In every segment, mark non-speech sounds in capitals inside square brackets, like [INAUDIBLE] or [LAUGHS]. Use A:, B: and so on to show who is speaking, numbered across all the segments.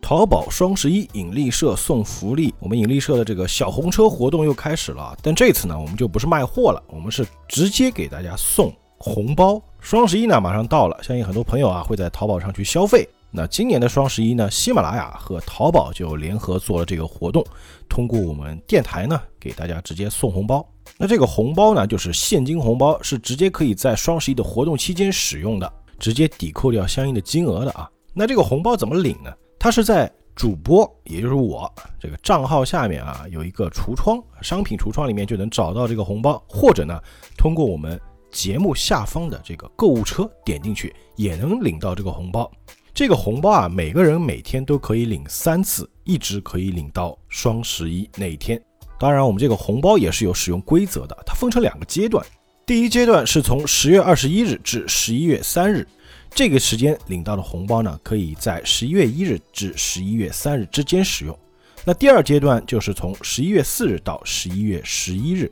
A: 淘宝双十一引力社送福利，我们引力社的这个小红车活动又开始了啊。但这次呢，我们就不是卖货了，我们是直接给大家送红包。双十一呢马上到了，相信很多朋友啊会在淘宝上去消费。那今年的双十一呢，喜马拉雅和淘宝就联合做了这个活动，通过我们电台呢给大家直接送红包。那这个红包呢，就是现金红包，是直接可以在双十一的活动期间使用的，直接抵扣掉相应的金额的啊。那这个红包怎么领呢？它是在主播，也就是我这个账号下面啊有一个橱窗，商品橱窗里面就能找到这个红包，或者呢通过我们节目下方的这个购物车点进去，也能领到这个红包。这个红包啊，每个人每天都可以领三次，一直可以领到双十一那一天。当然，我们这个红包也是有使用规则的，它分成两个阶段。第一阶段是从十月二十一日至十一月三日，这个时间领到的红包呢，可以在十一月一日至十一月三日之间使用。那第二阶段就是从十一月四日到十一月十一日，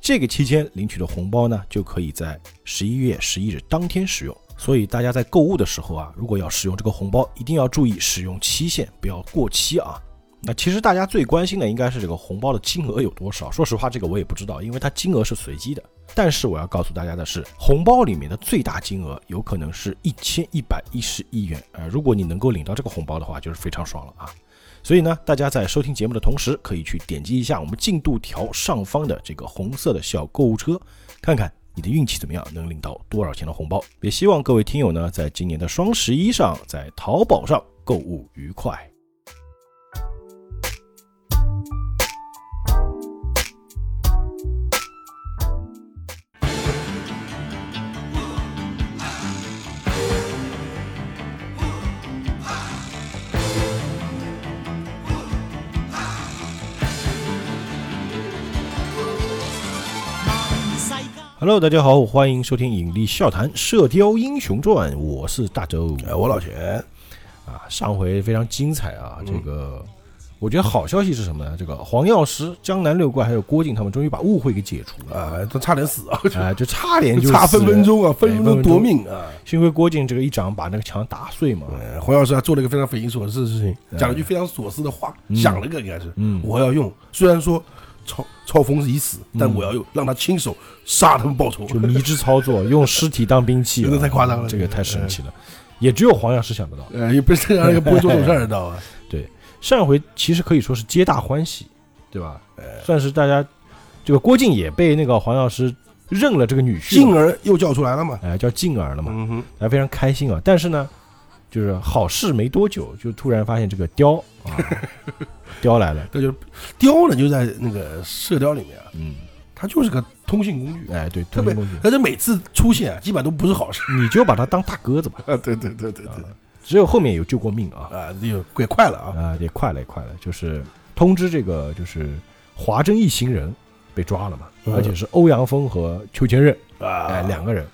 A: 这个期间领取的红包呢，就可以在十一月十一日当天使用。所以大家在购物的时候啊，如果要使用这个红包，一定要注意使用期限，不要过期啊。那其实大家最关心的应该是这个红包的金额有多少。说实话，这个我也不知道，因为它金额是随机的。但是我要告诉大家的是，红包里面的最大金额有可能是一千一百一十一元。呃，如果你能够领到这个红包的话，就是非常爽了啊。所以呢，大家在收听节目的同时，可以去点击一下我们进度条上方的这个红色的小购物车，看看。你的运气怎么样？能领到多少钱的红包？也希望各位听友呢，在今年的双十一上，在淘宝上购物愉快。Hello，大家好，欢迎收听《引力笑谈射雕英雄传》，我是大周。
B: 哎，我老钱，
A: 啊，上回非常精彩
B: 嗯
A: 啊！这个，我觉得好消息是什么呢？这个黄药师、江南六怪还有郭靖他们终于把误会给解除了，
B: 啊，都差点死啊，
A: 啊、就差点就
B: [LAUGHS] 差
A: 死
B: 分分
A: 了，
B: 钟啊，分
A: 对
B: 分
A: 分分钟
B: 钟夺命啊！
A: 幸亏郭靖这个一掌把那个墙打碎嘛。
B: 呃黄药师还做了一个非常匪夷所思的事情，讲了一句非常所思的话，想了个应该是，
A: 嗯
B: 我要用，虽然说超超峰已死，但
A: 嗯
B: 我要用，让他亲手杀他们报仇。
A: 就迷之操作，用尸体当兵器啊，
B: 有点太夸张了哎
A: 这个太神奇了，也只有黄药师想得到。
B: [LAUGHS] 呃，也不是这样，也不会做这种
A: [LAUGHS]
B: 事儿，知道吧？
A: 上回其实可以说是皆大欢喜，对吧？
B: 哎
A: 算是大家这个郭靖也被那个黄药师认了这个女婿
B: 进
A: 了，
B: 而又叫出来了嘛，
A: 哎，叫靖儿了嘛，
B: 嗯哼，
A: 大家非常开心啊。但是呢，就是好事没多久，就突然发现这个雕
B: [LAUGHS]
A: 啊，雕来了，
B: 这就是雕呢，就在那个射雕里面啊，
A: 嗯，
B: 它就是个通信工具，
A: 哎，对，
B: 特别
A: 通信工具，
B: 但是每次出现啊，基本上都不是好事。
A: 你就把它当大鸽子吧，
B: 啊，对对对对对，
A: 只有后面有救过命啊。
B: 啊，这个也快了啊，
A: 啊，也快了，也快了，就是通知这个就是华筝一行人被抓了嘛，
B: 嗯
A: 而且是欧阳锋和裘千仞
B: 啊，
A: 哎、两个人，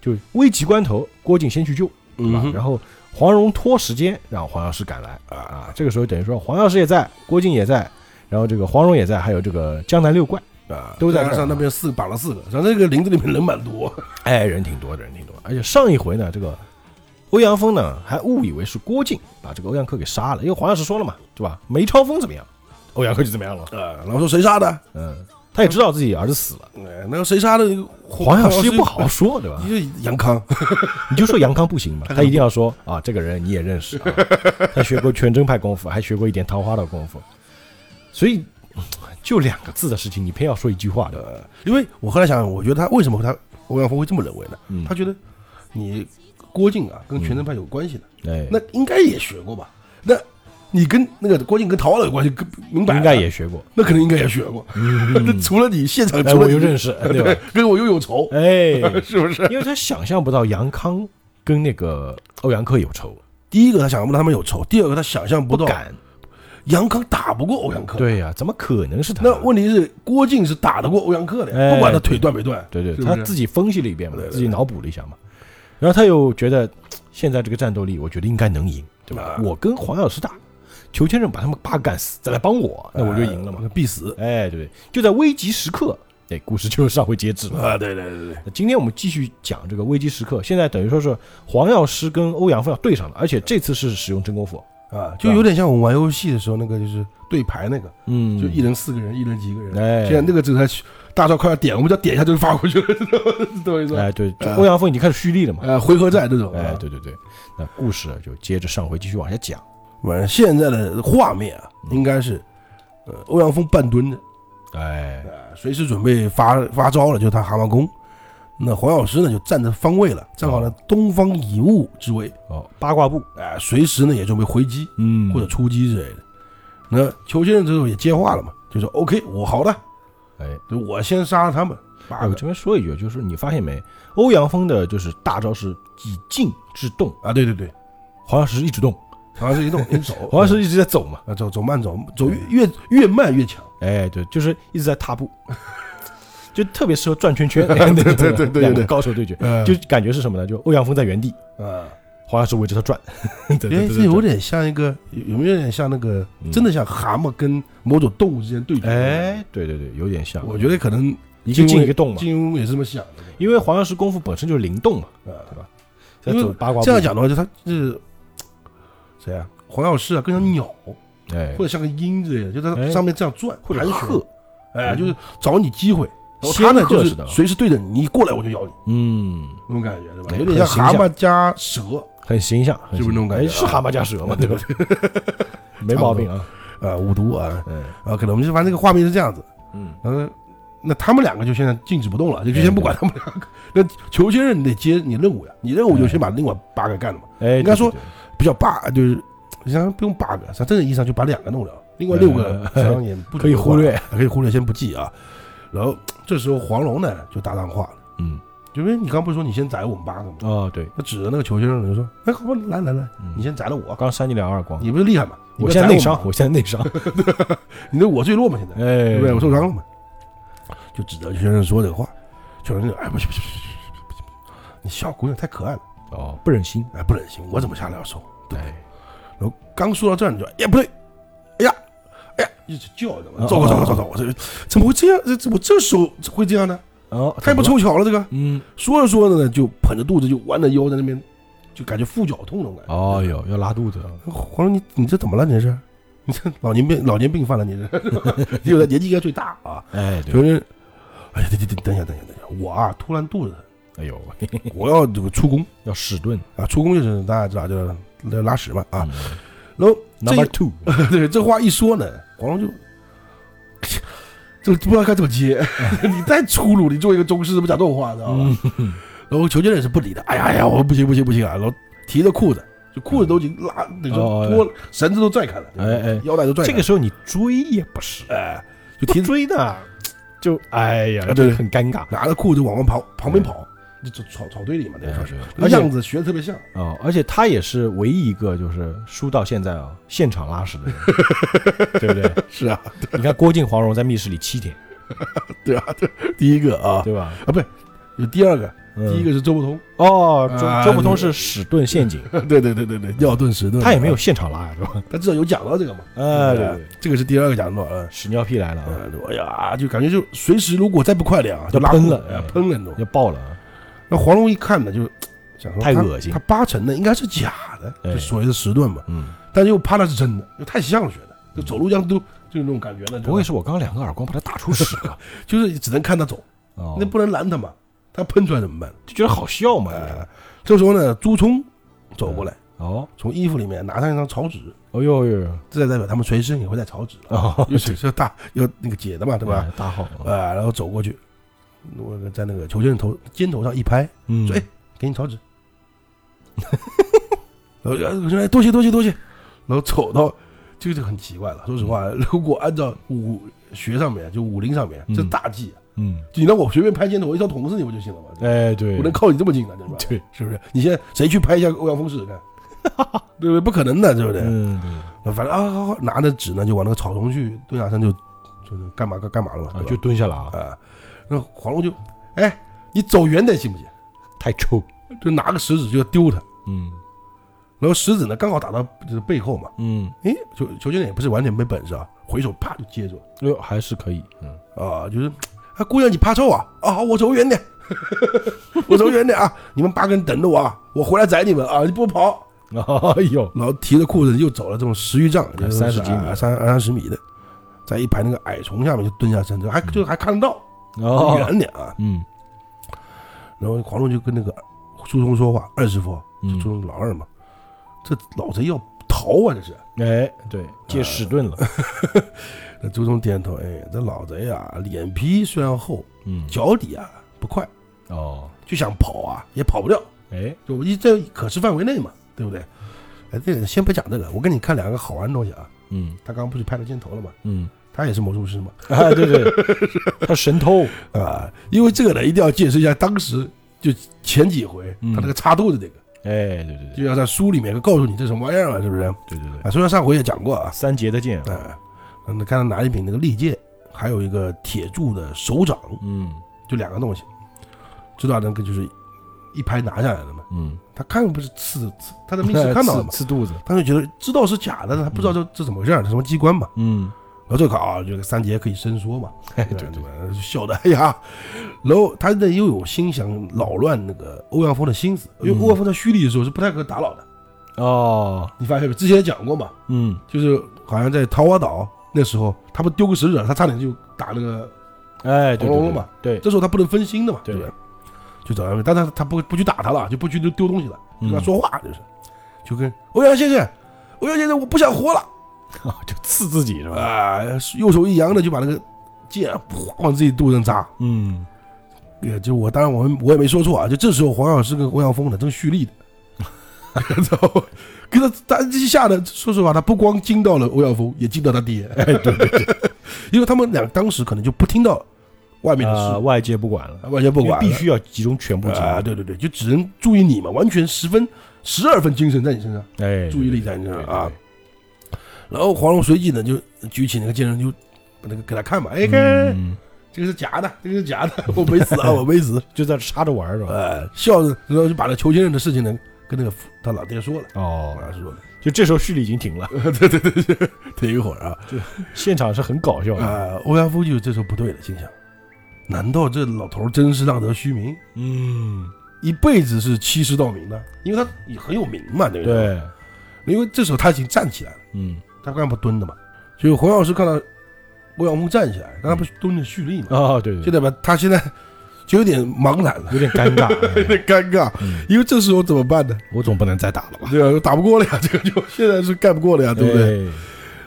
A: 就危急关头，郭靖先去救，
B: 嗯
A: 啊
B: 哼，
A: 然后黄蓉拖时间让黄药师赶来啊，这个时候等于说黄药师也在，郭靖也在，然后这个黄蓉也在，还有这个江南六怪，
B: 啊，
A: 都在
B: 再加
A: 这儿啊
B: 上那边四绑了四个，然后那个林子里面人蛮多，
A: 哎，人挺多的，人挺多的，而且上一回呢，这个。欧阳锋呢，还误以为是郭靖把这个欧阳克给杀了，因为黄药师说了嘛，对吧？梅超风怎么样，欧阳克就怎么样了。
B: 啊，然后说谁杀的？
A: 嗯，他也知道自己儿子死了，
B: 哎，那个谁杀的？
A: [LAUGHS] 黄药师又
B: 又
A: 不好，说，对吧？
B: 你就杨康，
A: [LAUGHS] 你就说杨康不行
B: [LAUGHS]
A: 嘛，他一定要说啊，这个人你也认识、啊，他学过全真派功夫，还学过一点桃花的功夫，所以嗯就两个字的事情，你偏要说一句话，对吧？
B: 呃，因为我后来想，我觉得他为什么他欧阳锋会这么认为呢？
A: 嗯
B: 他觉得你郭靖啊跟全真派有关系的，
A: 哎，
B: 呃那应该也学过吧？那你跟那个郭靖跟陶老有关系，跟明白？
A: 应该，也学过，
B: 那肯定应该也学过。 [LAUGHS] 那除了你现场，
A: 哎，
B: 呃除了
A: 我
B: 你
A: 又认
B: [LAUGHS]
A: 识，哎对吧？
B: 跟我又有仇， [LAUGHS]
A: 哎，
B: 是不是？
A: 因为他想象不到杨康跟那个欧阳克有仇，
B: 第一个他想不到他们有仇，第二个他想象不
A: 不
B: 到
A: 敢，
B: 杨康打不过欧阳克。
A: 对呀、怎么可能是他？
B: 那问题是，郭靖是打得过欧阳克的
A: 哎
B: 呀，不管他腿断没断。
A: 对对，
B: 是不
A: 他
B: 是
A: 自己分析了一遍嘛
B: 对，对对
A: 自己脑补了一下嘛，然后他又觉得嘖现在这个战斗力，我觉得应该能赢，对吧？
B: 啊
A: 我跟黄药师打，裘千仞把他们八个干死，再来帮我，那我就赢了嘛。
B: 呃必死
A: 哎，对，就在危急时刻，哎，故事就上回截止了。
B: 啊！对对对对，
A: 那今天我们继续讲这个危机时刻，现在等于说是黄药师跟欧阳锋要对上了，而且这次是使用真功夫，
B: 啊，就有点像我们玩游戏的时候那个就是对牌那个，
A: 嗯，
B: 就一人四个人，一人几个人。
A: 哎，
B: 现在那个这才大招快要点，我们只要点一下就发过去了， [LAUGHS] 知道吗？懂我意思吧？
A: 哎对，就欧阳锋已经开始蓄力了嘛，
B: 呃，回合战这种。
A: 哎
B: 啊，
A: 对对对，那故事就接着上回继续往下讲，
B: 反正现在的画面啊，
A: 嗯
B: 应该是，呃，欧阳锋半蹲着，
A: 哎，
B: 呃，随时准备发发招了，就他蛤蟆功。那黄药师呢，就站着方位了，站好了东方以物之位，
A: 哦，八卦步，
B: 哎、随时呢也准备回击
A: 嗯
B: 或者出击之类的。那裘先生这时候也接话了嘛，就说 OK，我好的，
A: 哎，
B: 就我先杀了他们八
A: 哎，我
B: 个
A: 这边说一句，就是你发现没，欧阳锋的就是大招是以静制动，
B: 啊，对对对，
A: 黄药师一直动，
B: 好像是一动一走，
A: [LAUGHS] 黄药师一直在走嘛，
B: 啊走走慢走，走越越越慢越强，
A: 哎，对，就是一直在踏步， [LAUGHS] 就特别适合转圈圈，哎
B: 对对对对对
A: 两个高手对决，
B: 呃
A: 就感觉是什么呢？就欧阳锋在原地，
B: 啊，
A: 黄药师围着他转，嗯 [LAUGHS] 对
B: 哎，
A: 对
B: 这
A: 对
B: 有
A: 对，
B: 点像一个，有没有点像那个
A: 嗯，
B: 真的像蛤蟆跟某种动物之间对决？，
A: 哎，对对对，有点像，
B: 我觉得可能
A: 一个进一个动嘛，
B: 金庸也是这么想的。
A: 因为黄药师功夫本身就是灵动嘛，
B: 啊，
A: 在
B: 因为
A: 走八卦步
B: 这样，讲的话，就他是谁啊？黄药师啊，
A: 嗯
B: 更像鸟
A: 哎
B: 或，者像个鹰之类的，就在
A: 哎
B: 它上面这样转，
A: 或者
B: 盘旋
A: 鹤，嗯
B: 哎，就是找你机会。然后
A: 仙
B: 他呢，就
A: 鹤似
B: 是
A: 的啊
B: 随时对着你，你一过来我就咬你，
A: 嗯，
B: 那种感觉，对吧？
A: 哎
B: 有点像
A: 很形象
B: 蛤�蟆加蛇。
A: 很形象，很
B: 是不
A: 形
B: 是那种感
A: 哎
B: 觉啊
A: 是蛤蟆加蛇嘛，对吧？ [LAUGHS] 没毛病啊，
B: 啊，五毒啊，
A: 嗯
B: 啊，可能我们就反正这个画面是这样子，
A: 嗯，哎
B: 嗯，那他们两个就现在静止不动了，就先不管他们两个。那裘先生你得接你任务呀，你任务就先把另外八个干了嘛，
A: 哎，
B: 应该说
A: 对对对
B: 不叫八，就是实际上不用八个，咱真正意义上就把两个弄了，另外六个
A: 呃
B: 实际上也不
A: 可以忽略，
B: 可以忽略，先不计啊。然后这时候黄龙呢就搭档话了，
A: 嗯，
B: 因为你刚不是说你先宰我们八个吗？
A: 哦，对，
B: 他指着那个裘先生就说：“哎，好吧，来来来，
A: 嗯
B: 你先宰了我
A: 我，刚扇你两耳光，
B: 你不是厉害吗？你
A: 我
B: 不是
A: 现在
B: 宰
A: 内
B: 们
A: 伤
B: 吗，
A: 我现在内 [LAUGHS] 伤，
B: 你对我最弱嘛，现在。”
A: 哎，
B: 对不对？我受伤了嘛，就指着邱先生说这个话。邱先生就哎不行不行不行不行不行，你小姑娘太可爱了，
A: 哦，不忍心，
B: 哎不忍心，我怎么下来要收？对
A: 哎，
B: 然后刚说到这儿，你就哎不对，哎呀哎呀，一直叫着嘛，走走走走走，我这怎么会这样？这这我这时候会这样呢？
A: 哦，
B: 太不
A: 怎么了，
B: 凑巧了，这个
A: 嗯，
B: 说着说着呢，就捧着肚子就弯着腰在那边，就感觉腹绞痛那种感觉。
A: 哦哟，要拉肚子，
B: 黄蓉，你你这怎么了？你这是？ [LAUGHS] 你这老年病老年病犯了？你这， [LAUGHS] 因为他年纪应该最大啊。
A: 哎，对，
B: 就是，哎呀，等等等一下，等一下，等一下，我啊突然肚子
A: 哎
B: 疼，
A: 呦， [LAUGHS]
B: 我要这个出宫
A: 要屎遁
B: 啊，出宫就是大家知道就是拉屎嘛
A: 嗯
B: 啊。然后
A: ，Number Two，
B: 这 [LAUGHS] 对这话一说呢，黄蓉就。这不知道该怎么接，
A: 哎
B: [LAUGHS] 你再粗鲁，你作为一个宗师怎么讲这种话，知道吧？
A: 嗯
B: [LAUGHS] 然后裘千仞也是不理的，哎呀哎呀，我不行不行不行啊！然后提着裤子，就裤子都已经拉，那
A: 哦
B: 种脱了绳子都拽开了，
A: 哎哎
B: 腰带都拽开
A: 这
B: 了，
A: 个时候你追也不 [LAUGHS] 是，
B: 哎，就
A: 不
B: 提着
A: 追呢，就哎呀，
B: 啊
A: 这
B: 对
A: 很尴尬，
B: 拿着裤子往外跑，旁边跑，就草草草堆里嘛，那
A: 哎
B: 算是。
A: 对
B: 那
A: 而且
B: 样子学的
A: [LAUGHS]
B: 特别像，
A: 哦，而且他也是唯一一个就是输到现在啊、现场拉 [LAUGHS] 屎的人，对不对？
B: 是啊，
A: [LAUGHS] 你看郭靖、黄蓉在密室里七天，
B: 对啊，对，第一个啊，
A: 对吧？
B: 啊，不对，有第二个，
A: 嗯、
B: 第一个是周
A: [LAUGHS]
B: 不通，
A: 哦，周
B: 啊
A: 周伯通是屎遁陷阱，
B: 对对对对对，尿遁石遁，
A: 他也没有，现场拉呀，对吧？
B: 啊他至少有讲到这个嘛，
A: 哎，嗯 [LAUGHS] 对
B: 对
A: 对
B: 对
A: 对，
B: 这个是第二个讲到，嗯，
A: 屎尿屁来了啊，
B: 呃哎呀，就感觉就随时如果再不快点啊，就拉
A: 喷
B: 裤子
A: 了
B: 哎呀
A: 哎
B: 喷了那种。
A: 要爆了啊，
B: 那黄蓉一看呢，就想说
A: 太
B: 他
A: 恶心
B: 他八成的应该是假
A: 哎
B: 的，就所谓的石遁嘛，
A: 嗯，
B: 但是又怕那是真的，又太像学的，就走路这样都就那种感觉了，
A: 不会
B: 知
A: 是我刚刚两个耳光把他打出屎了？
B: 道吧 [LAUGHS] 就是只能看他走，
A: [LAUGHS] 哦，
B: 那不能拦他嘛，他喷出来怎么办？
A: 就觉得好笑嘛，就是
B: 哎，这时候呢，朱冲走过来，
A: 哦，
B: 从衣服里面拿上一张草纸，
A: 哦呦呦呦，
B: 这代表他们随身也会带草纸了，
A: 哦，
B: 有水是大有那个解的嘛，对吧？
A: 哎？大号，
B: 啊，然后走过去，我在那个裘先生头肩头上一拍，
A: 嗯，
B: 说：“哎，给你草纸。” [LAUGHS] 然后呃我说：“哎，多谢多谢多谢。”然后走到，这个就很奇怪了。说实话，
A: 嗯
B: 如果按照武学上面，就武林上面，这
A: 嗯
B: 大忌啊，
A: 嗯，
B: 就你让我随便拍肩头，我一条筒子你不就行了吗？
A: 哎，对，
B: 我能靠你这么近
A: [LAUGHS]
B: 的，对吧？
A: 对，
B: 是不是？你现在谁去拍一下欧阳锋试试看？ [LAUGHS] 对不对？不可能的，对不对？
A: 嗯，
B: 反正啊，好好拿着纸呢，就往那个草丛去蹲下身就，就是干嘛干干嘛了嘛，
A: 对啊，
B: 对
A: 就
B: 吧
A: 蹲下了啊，
B: 啊，那黄蓉就，哎，你走远点行不行？
A: 太臭，
B: 就拿个食指就要丢他，
A: 嗯
B: 然后食指呢刚好打到就是背后嘛，
A: 嗯，
B: 哎，裘裘千仞也不是完全没本事啊，回手啪就接住了
A: 哎呦，还是可以， [LAUGHS] 嗯，
B: 啊，就是，啊姑娘你怕臭啊？啊好，我走远 [LAUGHS] 点，我走远点啊，你们八个人等着我啊，我回来宰你们啊，你不跑，
A: 哎呦，
B: 然后提着裤子又走了这种十余丈，就是
A: 30几米
B: 啊三三十米的，在一排那个矮丛下面就蹲下身子，还就还看得到，
A: 嗯哦，
B: 远点啊。
A: 嗯
B: 然后黄蓉就跟那个苏童说话，二师傅，
A: 嗯
B: 苏，童老二嘛，这老贼要逃啊，这是。
A: 哎，对，借屎遁了，
B: 那朱仝点头，哎，这老贼啊，脸皮虽然厚，
A: 嗯，
B: 脚底啊不快，
A: 哦，
B: 就想跑啊也跑不了，
A: 哎，
B: 就一在可视范围内嘛，对不对？哎，这个先不讲这个，我给你看两个好玩的东西啊。
A: 嗯
B: 他刚刚不是拍了镜头了吗？ [LAUGHS]
A: 嗯，
B: 他也是魔术师嘛，
A: 啊，对对， [LAUGHS] 他神偷，
B: 啊，因为这个呢，一定要解释一下，当时就前几回
A: 嗯
B: 他那个插肚子这个，
A: 哎，对对对
B: 就要在书里面告诉你这什么玩意儿嘛，是不是？啊，
A: 对对对，
B: 虽然上回也讲过啊，
A: 三节的剑，
B: 啊，嗯，看他拿一柄那个利剑，还有一个铁铸的手掌，
A: 嗯
B: 就两个东西，知道那个就是一拍拿下来了嘛。
A: 嗯，
B: 他看又不是刺刺，他在密室看到了嘛，
A: [LAUGHS] 刺肚子，
B: 他就觉得知道是假的，他不知道这这怎么回事儿，这什么机关嘛。
A: 嗯，
B: 然后这个啊，这个三节可以伸缩嘛，
A: 哎，
B: 对
A: 对
B: 吧
A: 对，
B: 对吧笑的哎呀，然后他那又有心想扰乱那个欧阳锋的心思，因为
A: 嗯
B: 欧阳锋在虚里的时候是不太可打扰的，
A: 哦，
B: 你发现没？之前也讲过嘛，
A: 嗯，
B: 就是好像在桃花岛那时候，他不丢个石子儿，他差点就打那个
A: 哎，对
B: 红楼
A: 对
B: 梦嘛
A: 对，
B: 这时候他不能分心的嘛，
A: 对
B: 对不对？就找他们，但他他不不去打他了，就不去丢丢东西了，就
A: 嗯
B: 跟他说话就是，就跟欧阳先生，欧阳先生，我不想活了
A: 对哦就刺自己是吧？
B: 啊！右手一扬的就把那个剑哗往自己肚子上扎，
A: 嗯，
B: 也就我当然我们我也没说错啊，就这时候黄药师跟欧阳锋呢 [LAUGHS] 正蓄力的，然后跟他他一下的，说实话，他不光惊到了欧阳锋，也惊到他爹，对对对， [LAUGHS] 因为他们俩当时可能就不听到外面的
A: 啊，
B: 事，
A: 外界不管了，
B: 完全不
A: 因为
B: 管了，
A: 必须要集中全部精
B: 啊，
A: 力，
B: 对对对，就只能注意你嘛，完全十分十二分精神在你身上，
A: 哎，
B: 注意力在
A: 对
B: 你身
A: 对
B: 上
A: 对
B: 啊。然后黄蓉随即呢就举起那个剑刃，就把那个给他看嘛，哎，看
A: 嗯，
B: 这个是假的，这个是假的， [LAUGHS] 我没
A: [LAUGHS]
B: 死啊，我没死，
A: 就在这插着玩儿是吧？
B: 哎，笑着，然后就把那裘千仞的事情呢跟那个他老爹说了，
A: 哦
B: 老，师
A: [LAUGHS]
B: 说了，
A: 就这时候蓄力已经停了， [LAUGHS]
B: 停一会儿啊，
A: 现场是很搞笑的，
B: 啊，欧阳锋就这时候不对了，心想，难道这老头儿真是浪得虚名，
A: 嗯，
B: 一辈子是欺世盗名的？因为他也很有名嘛，对不对？
A: 对，
B: 因为这时候他已经站起来了。
A: 嗯，
B: 他刚才不蹲的嘛，所以黄药师看到欧阳锋站起来，刚才不是蹲着蓄力嘛，
A: 哦，对
B: 现
A: 对，
B: 在吧，他现在就有点茫然 [LAUGHS] 了，
A: 有点尴 [LAUGHS] 尬，
B: 有
A: 哎
B: 点尴尬，
A: 嗯
B: 因为这时候怎么办呢？
A: 我总不能再打了吧？
B: 对啊，打不过了呀， [LAUGHS] 这个就现在是干不过了呀，对不对？
A: 啊对？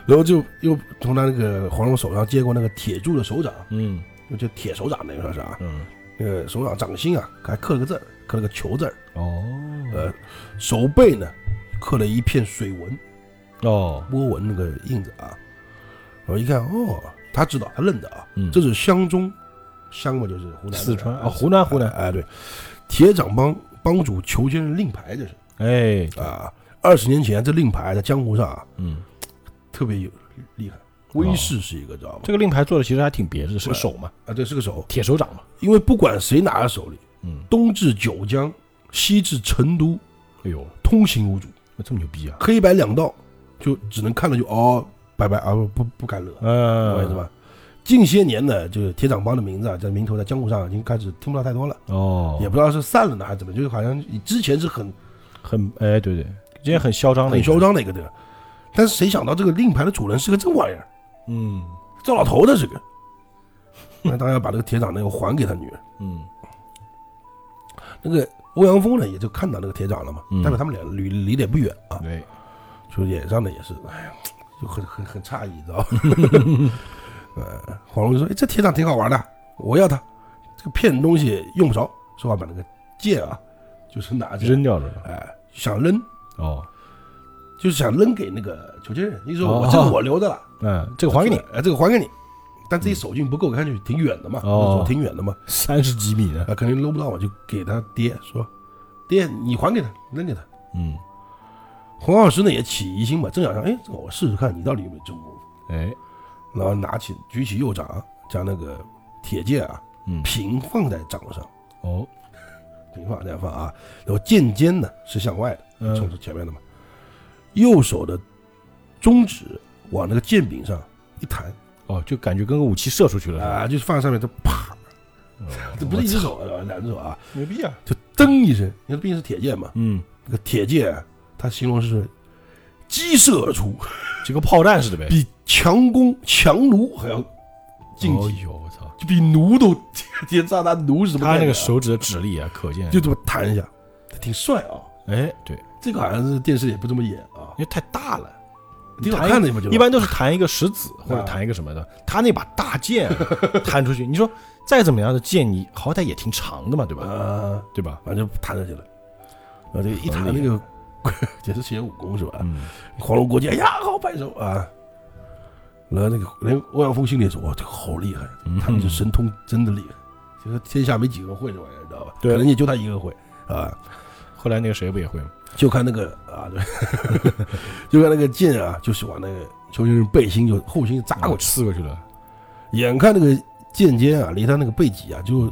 B: 然后就又从他那个黄蓉手上接过那个铁铸的手掌，
A: 嗯
B: 就这铁手掌那个算是啊，
A: 嗯，
B: 那个手掌掌心啊，还刻了个字儿，刻了个球字儿，
A: 哦
B: 呃，手背呢刻了一片水纹，
A: 哦，
B: 波纹那个印子啊。我一看，哦，他知道，他认得啊，
A: 嗯
B: 这是湘中，湘嘛就是湖南的
A: 四川
B: 哎
A: 哦湖南湖南
B: 哎对，铁掌帮帮主裘千仞令牌这是
A: 哎，
B: 啊，二十年前这令牌在江湖上啊
A: 嗯，
B: 特别有厉害，威势是一个知道吧？
A: 这个令牌做的其实还挺别致，是个手嘛，
B: 啊对，是个手，
A: 嗯铁手掌嘛，
B: 因为不管谁拿在手里，
A: 嗯，
B: 东至九江，西至成都，
A: 哎呦，
B: 通行无阻，
A: 这么牛逼啊！
B: 黑白两道，就只能看了就哦，拜拜啊，不不不敢惹，我也是
A: 嗯，
B: 吧？近些年呢，就是铁掌帮的名字啊，在名头在江湖上已经开始听不到太多了，
A: 哦，
B: 也不知道是散了呢还是怎么，就是好像之前是很
A: 很哎，对对，之前很嚣张的，
B: 很嚣，张的一个对吧？但是谁想到这个令牌的主人是个这玩意儿，
A: 嗯
B: 糟老头的这个，那当然要把这个铁掌那个还给他女儿。
A: 嗯
B: 那个欧阳锋呢，也就看到那个铁掌了嘛
A: 嗯，
B: 代表他们俩离离得也不远啊，
A: 对，
B: 就脸上呢也是，哎呀，就很很很诧异，知道吧？呃，黄蓉就说：“哎，这铁掌挺好玩的，我要它。这个骗人东西用不着。”说话把那个剑啊，就是拿着，
A: 扔掉了，
B: 哎、想扔，
A: 哦，
B: 就是想扔给那个裘千仞。你说我
A: 哦
B: 这个我留着了，
A: 嗯，这个还给你，
B: 哎、这个还给你。但自己手劲不够，看去挺远的嘛，
A: 哦
B: 走挺远的嘛，
A: 三十几米呢
B: 啊、，肯定搂不到嘛，就给他爹说：“爹，你还给他，扔给他。
A: 嗯，”
B: 黄药师呢也起疑心嘛，正想想，哎，这个我试试看你到底有没有真功夫。
A: 哎，
B: 然后拿起举起右掌，将那个铁剑啊
A: 嗯，
B: 平放在掌上，
A: 哦，
B: 平放在放啊，然后剑尖呢是向外的，冲
A: 嗯，
B: 着前面的嘛。右手的中指往那个剑柄上一弹
A: 哦，就感觉跟个武器射出去了，哦
B: 啊，就放在上面，就啪，这不是一只
A: 我操
B: 手啊，两只手啊，
A: 牛逼啊，
B: 就噔一声，因为毕竟是铁剑嘛，
A: 嗯
B: 那个铁剑啊他形容是激射而出，
A: 就跟炮弹似的呗。
B: 比强攻强弩还要劲
A: 哦
B: 敌，
A: 呦，我操！
B: 就比弩都 [LAUGHS] 天炸弹弩是什么
A: 他
B: 概
A: 那
B: 念啊？
A: 个手指的指力啊，可见
B: 就这么弹一下，挺帅啊。
A: 哎，对，
B: 这个好像是电视也不这么演啊
A: 因，为太大了。
B: 挺好看的嘛，就
A: 一般都是弹一个石子或者
B: 啊
A: 弹一个什么的，他那把大剑啊 [LAUGHS] 弹出去，你说再怎么样的剑，你好歹也挺长的嘛，对吧？
B: 呃，
A: 对吧？
B: 反正弹上去了，然后这个一弹
A: 很厉
B: 那
A: 害
B: 个 [LAUGHS] 也是学武功是吧？
A: 嗯，
B: 黄龙国际，哎呀，好拍手啊！然后那个连欧阳锋心里也说，哇，这个好厉害，
A: 嗯
B: 他 [LAUGHS] 们这神通真的厉害，这个天下没几个会这玩意儿，你知道吧？
A: 对
B: 可能也就他一个会啊。
A: 后来那个谁不也会吗？
B: 就看那个啊，对， [LAUGHS] 就看那个剑啊，就是往那个邱先生背心就后心扎啊过去，
A: 刺过去了，嗯
B: 眼看那个剑尖啊，离他那个背脊啊就。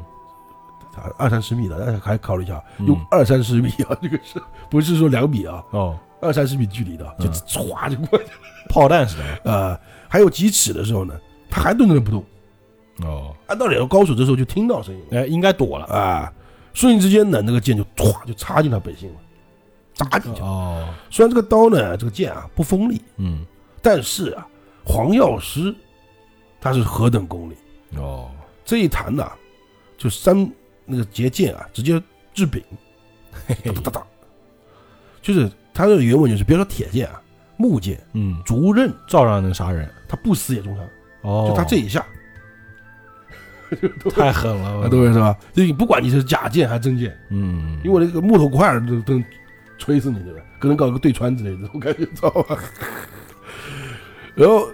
B: 啊二三十米的，但是还考虑一下，
A: 嗯
B: 用二三十米啊，这个是不是说两米啊？
A: 哦，
B: 二三十米距离的，就
A: 嗯
B: 唰就过去了。
A: 炮弹似的，
B: 呃，还有几尺的时候呢，他还蹲在那不动，
A: 哦，
B: 按道理说高手这时候就听到声音
A: 哎，应该躲
B: 了
A: 了，
B: 啊，瞬间之间呢，那个剑就唰就插进他背心了，扎进去了。
A: 哦，
B: 虽然这个刀呢，这个剑啊不锋利，
A: 嗯，
B: 但是啊，黄药师他是何等功力，
A: 哦，
B: 这一弹呐、就三那个结剑啊，直接制柄，哒哒哒哒，就是他的原文就是，别说铁剑啊，木剑、
A: 嗯，
B: 竹刃，
A: 照样能杀人，
B: 他不死也中伤，
A: 哦，
B: 就他
A: [LAUGHS]
B: 这一下，
A: 太狠了，
B: 啊，对是吧？就你不管你是假剑还是真剑，
A: 嗯，
B: 因为那个木头块儿都都能锤死你，对吧？可能搞个对穿之类的，我感觉知道吧？然后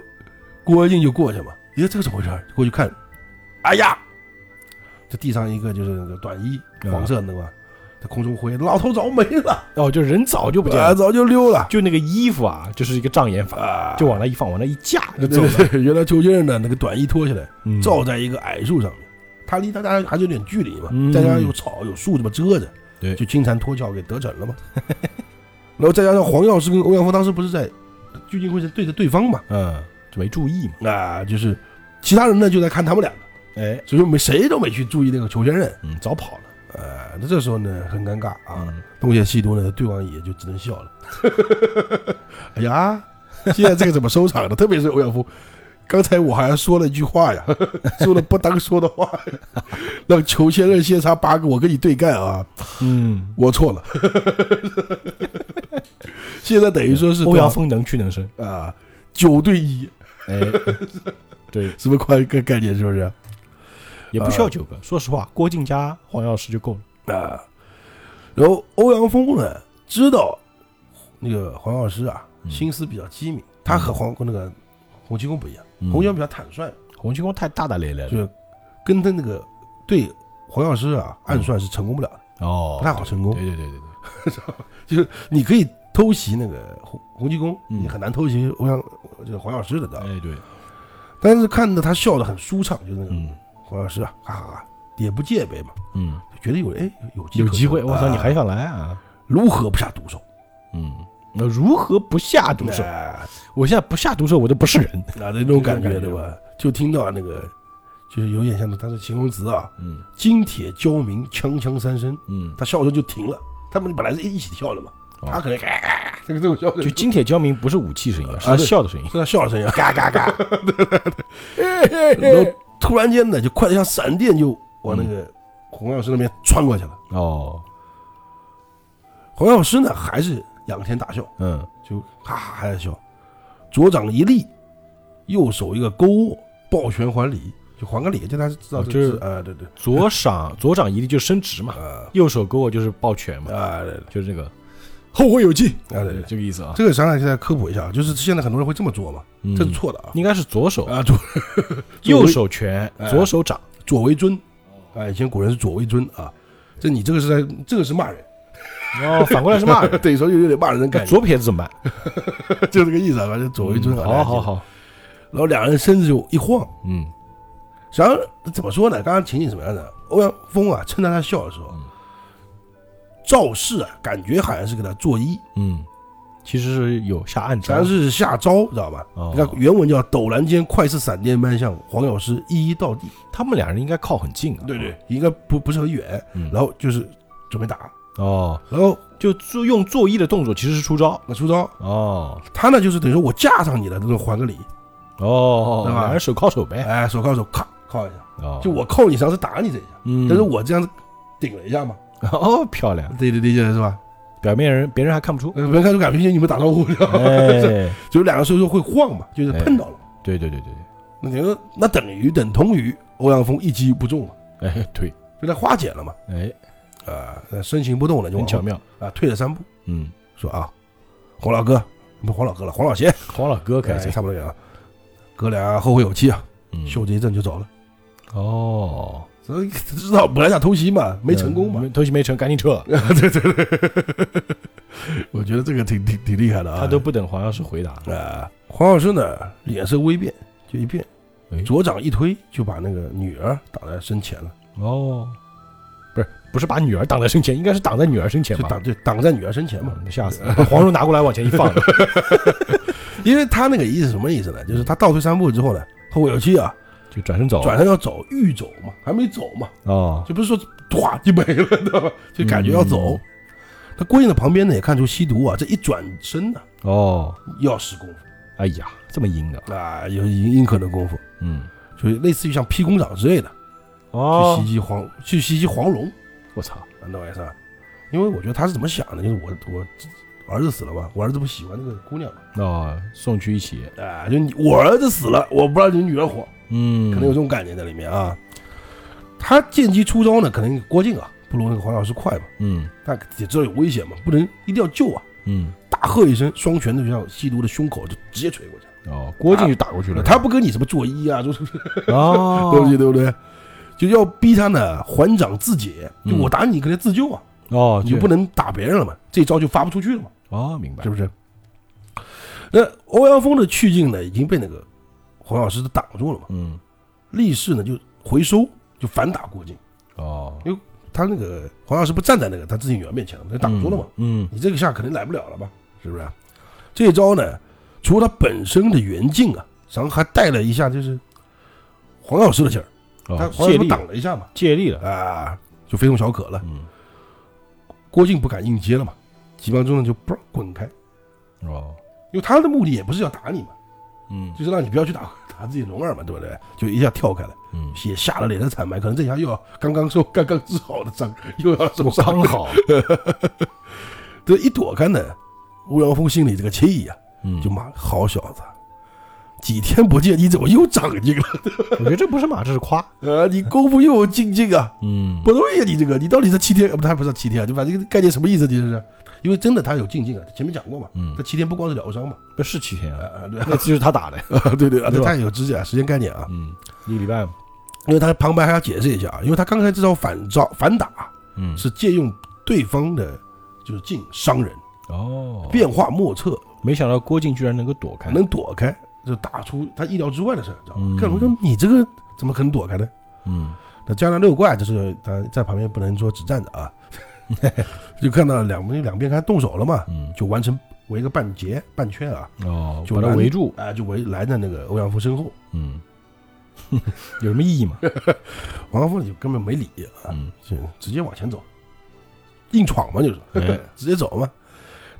B: 郭文静就过去嘛，咦，这个怎么回事儿？过去看，哎呀，这地上一个就是那个短衣，
A: 啊
B: 黄色的那个，在空中挥，老头早没了，
A: 哦，就人早就不见
B: 啊，
A: 了，
B: 早就溜了
A: 就那个衣服啊，就是一个障眼法，
B: 啊，
A: 就往那一放，往那一架就
B: 对
A: 走了
B: 对，对， [LAUGHS] 原来邱先生呢，那个短衣脱下来，
A: 嗯
B: 罩在一个矮树上面，他离大家还是有点距离嘛
A: 嗯，
B: 再加上有草有树这么遮着，
A: 对
B: 就金蝉脱壳给得逞了嘛。 [LAUGHS] 然后再加上黄药师跟欧阳锋当时不是在聚精会神对着对方嘛，
A: 嗯，就没注意嘛，
B: 啊，就是其他人呢就在看他们两个，
A: 哎，
B: 所以说没谁都没去注意那个裘千仞。
A: 嗯，早跑了
B: 呃，那这时候呢很尴尬啊，
A: 嗯
B: 东邪西毒呢对方也就只能笑了。 [LAUGHS] 哎呀，现在这个怎么收场的？ [LAUGHS] 特别是欧阳锋，刚才我好像说了一句话呀， [LAUGHS] 说了不当说的话， [LAUGHS] 让裘千仞先杀八个，我跟你对干啊，
A: 嗯。
B: 我错了。 [LAUGHS] 现在等于说是
A: 欧阳
B: 多
A: 锋能屈能伸，
B: 少啊，九对一，
A: 哎， [LAUGHS] 对，
B: 什么快个概念是不是？
A: 也不需要九个。说实话，郭靖加黄药师就够了。
B: 啊，然后欧阳锋呢知道那个黄药师啊，
A: 嗯嗯
B: 心思比较机敏，他和黄那个洪七公不一样，洪
A: 洪
B: 七
A: 金
B: 公比较坦率，
A: 洪七公太大大咧咧
B: 就
A: 了，
B: 是跟他那个对黄药师啊暗算是成功不了的，
A: 嗯哦
B: 不太好成功
A: 对。对对对对，
B: 就是你可以偷袭那个洪洪七公，
A: 嗯
B: 你很难偷袭欧阳就是黄药师的，知道吧？
A: 哎对，
B: 但是看着他笑得很舒畅，就是那个
A: 嗯
B: 黄药师啊，哈哈哈，也不戒备嘛，
A: 嗯，
B: 就觉得有哎有
A: 有
B: 可
A: 机会，
B: 乘
A: 我操，
B: 啊
A: 你还想来啊？
B: 如何不下毒手？
A: 嗯，那如何不下毒手？
B: 哎
A: 我现在不下毒手，我都不是人。
B: 啊的那种感
A: 就
B: 觉，
A: 是那种感觉
B: 对吧？就听到那个，就是有点像他的形容词啊，
A: 嗯
B: 金铁交鸣，锵锵三声，
A: 嗯，
B: 他笑声就停了。他们本来是一起跳的嘛，
A: 哦
B: 他可能嘎嘎嘎，这个这种笑声，
A: 就金铁交鸣不是武器声音啊，是他
B: 对
A: 笑的声音。
B: 是他笑的声音啊，嘎嘎嘎。
A: 嘿
B: [LAUGHS] 然后突然间呢，就快得像闪电，就往那
A: 嗯
B: 个洪药师那边穿过去了。
A: 哦，
B: 洪药师呢，还是仰天大笑，
A: 嗯，
B: 就哈哈还在笑，左掌一立，右手一个勾握，抱拳还礼，就还个礼，就他知道
A: 哦
B: 这
A: 就是
B: 是呃，对对，
A: 左掌左掌一力就伸直嘛，
B: 呃
A: 右手勾我就是抱拳嘛，
B: 啊对对
A: 就是这个呃后会有期，
B: 啊对对。
A: 这个意思啊。
B: 这个咱俩现在科普一下，就是现在很多人会这么做嘛，
A: 嗯
B: 这是错的啊。
A: 应该是左手
B: 啊，左
A: 右手拳，
B: 哎
A: 呃左呃手掌。
B: 左为尊，啊，以前古人是左为尊啊，这你这个是在这个是骂人，
A: 然后哦反过来是骂 [LAUGHS] 人。
B: [LAUGHS] 对，所以有点骂人的
A: 那 [LAUGHS]
B: 感觉，
A: 左撇子怎么办？
B: 就这个意思啊，反正左为尊啊。
A: 好嗯好。好，
B: 然后两人身子就一晃，
A: 嗯
B: 实际上怎么说呢？刚刚情景什么样的？欧阳锋啊，趁着他笑的时候
A: 嗯，
B: 赵氏啊，感觉好像是给他作揖，
A: 嗯，其实是有下暗
B: 咱
A: 招。
B: 是下招，知道吧？
A: 哦
B: 你看原文叫“陡然间，快似闪电般向黄药师一一到地
A: 他们俩人应该靠很近啊”，。，
B: 应该不不是很远。
A: 嗯，
B: 然后就是准备打，
A: 哦，
B: 然后
A: 就做用作揖的动作其实是出招
B: 我出招，
A: 哦
B: 他呢就是等于说我架上你了，那种还个礼，
A: 哦，
B: 对吧
A: 两人手铐手呗，
B: 哎，手铐手咔铐一下，
A: 哦，
B: 就我扣你上是打你这一下，
A: 嗯，
B: 但是我这样子顶了一下嘛，
A: [LAUGHS] 哦漂亮，
B: 对对对，是吧？，
A: 表面人别人还看不出 [LAUGHS]
B: 呃，别人看出感觉像你们打招呼，
A: 哎，
B: [LAUGHS] 是就是两个手就会晃嘛，就是碰到了。
A: 对对对对对，
B: 那等于那等于等同于欧阳锋一击不中嘛，
A: 哎对，
B: 就他化解了嘛，
A: 哎
B: 啊、那身形不动了就
A: 很
B: 往后
A: 巧妙，
B: 啊退了三步，
A: 嗯，
B: 说啊，黄老哥，不黄老哥了，黄老邪，
A: 黄老哥开
B: 哎
A: 心，
B: 差不多远啊，哥俩后会有期啊，
A: 嗯
B: 袖子一震就走了。
A: 哦，
B: 所以知道本来想偷袭嘛，没成功嘛。哎
A: 嗯，偷袭没成，赶紧撤，
B: 对对对，我觉得这个挺挺挺厉害的啊。
A: 他都不等黄药师回答，
B: 啊，黄老师呢脸色微变，就一变
A: 哎，
B: 左掌一推就把那个女儿挡在身前了，
A: 哦，不是不是把女儿挡在身前，应该是挡在女儿身前
B: 就
A: 吧？
B: 挡就挡在女儿身前嘛。
A: 嗯吓死了！把 [LAUGHS] 黄蓉拿过来往前一
B: [LAUGHS]
A: 放，
B: 因为他那个意思什么意思呢？就是他倒退三步之后呢，后会有期啊，
A: 就转身走。
B: 转身要走，欲走嘛，还没走嘛，
A: 哦，
B: 就不是说唰就没了， [LAUGHS] 知道吧？就感觉要走
A: 嗯。
B: 他郭靖的旁边呢也看出吸毒啊，这一转身呢
A: 哦，
B: 要使功
A: 哎呀，这么阴的，
B: 夫啊，有阴阴可的功夫，
A: 嗯，
B: 就是类似于像劈공掌之类的，去
A: 哦
B: 袭，击黄去袭击黄蓉。
A: 我操，
B: 你懂我意思吧？因为我觉得他是怎么想的，就是我我我儿子死了吧，我儿子不喜欢这个姑娘嘛，
A: 哦，送去一起，
B: 啊、就你我儿子死了，我不让你女儿活，
A: 嗯，
B: 可能有这种感觉在里面啊。他见机出招呢，可能郭靖啊不如那个黄药师快嘛，
A: 嗯
B: 但也知道有危险嘛，不能一定要救啊！
A: 嗯，
B: 大喝一声，双拳就向西毒的胸口就直接捶过去
A: 哦，郭靖就打过去了
B: 了。，他不跟你什么作揖啊，就是东 [LAUGHS]
A: 哦
B: 西对不对？就要逼他呢还掌自解，就我打你，肯定自救啊，
A: 嗯哦，
B: 你就不
A: 能
B: 能打别人了嘛，这招就发不出去了嘛。
A: 哦，明白
B: 是，不是？那欧阳锋的去境呢，已经被那个黄药师挡住了嘛。
A: 嗯，
B: 力士呢就回收，就反打郭靖。
A: 哦，
B: 他那个黄药师不站在那个他自己女儿面前了嘛，他挡住了嘛。
A: 嗯，
B: 你这个下肯定来不了了吧？是不是？这一招呢，除了他本身的原劲啊，然后还带了一下就是黄药师的劲儿。
A: 嗯，
B: 他
A: 哦，
B: 黄药
A: 借
B: 师不
A: 力了
B: 挡了一下嘛，
A: 借力了，
B: 啊，就非同小可了。
A: 嗯，
B: 郭靖不敢硬接了嘛，急忙中呢就嘣滚开，
A: 哦，
B: 因为他的目的也不是要打你嘛。
A: 嗯
B: 就是让你不要去打打自己龙儿嘛，对不对？就一下跳开了，
A: 嗯，
B: 也吓了脸的惨白，可能这下又要刚刚受刚刚治好的伤，又要受伤。
A: 刚好，
B: 这一躲开呢，欧阳锋心里这个气呀、
A: [LAUGHS] 嗯，
B: 就骂好小子，几天不见你怎么又长进了？
A: 我觉得这不是骂，这是夸，
B: 呃，你功夫又有精进啊，
A: 嗯，
B: 不容易啊！你这个，你到底这七天，呃不，他不是七天啊，就把这个概念什么意思？你这是？因为真的他有精进啊，前面讲过嘛，
A: 嗯
B: 这七天不光是疗伤嘛，
A: 不是七天
B: 啊
A: 啊， [LAUGHS]
B: 啊对
A: 那次就是他打的，
B: 啊对对啊，
A: 对吧
B: 他也有指甲时间概念啊，
A: 嗯，一个礼拜嘛，
B: 因为他旁白还要解释一下啊，因为他刚才这招反招反打
A: 嗯，
B: 是借用对方的就是劲伤人，
A: 哦，
B: 变化莫测，
A: 没想到郭靖居然能够躲开，
B: 能躲开就打出他意料之外的事儿，知道
A: 嗯
B: 吗？干嘛说你这个怎么可能躲开呢？
A: 嗯，
B: 那江南六怪就是他在旁边不能说只站着
A: [LAUGHS]
B: 啊，就看到两边两边看动手了嘛，
A: 嗯，
B: 就完成围个半截半圈啊，
A: 哦，
B: 就
A: 把他
B: 拦
A: 围住，
B: 啊、就围拦在那个欧阳锋身后，
A: 嗯， [LAUGHS] 有什么意义吗？
B: 欧阳锋就根本没理啊，
A: 嗯，
B: 就直接往前走，硬闯嘛，就是、
A: 哎
B: [LAUGHS] 直接走嘛。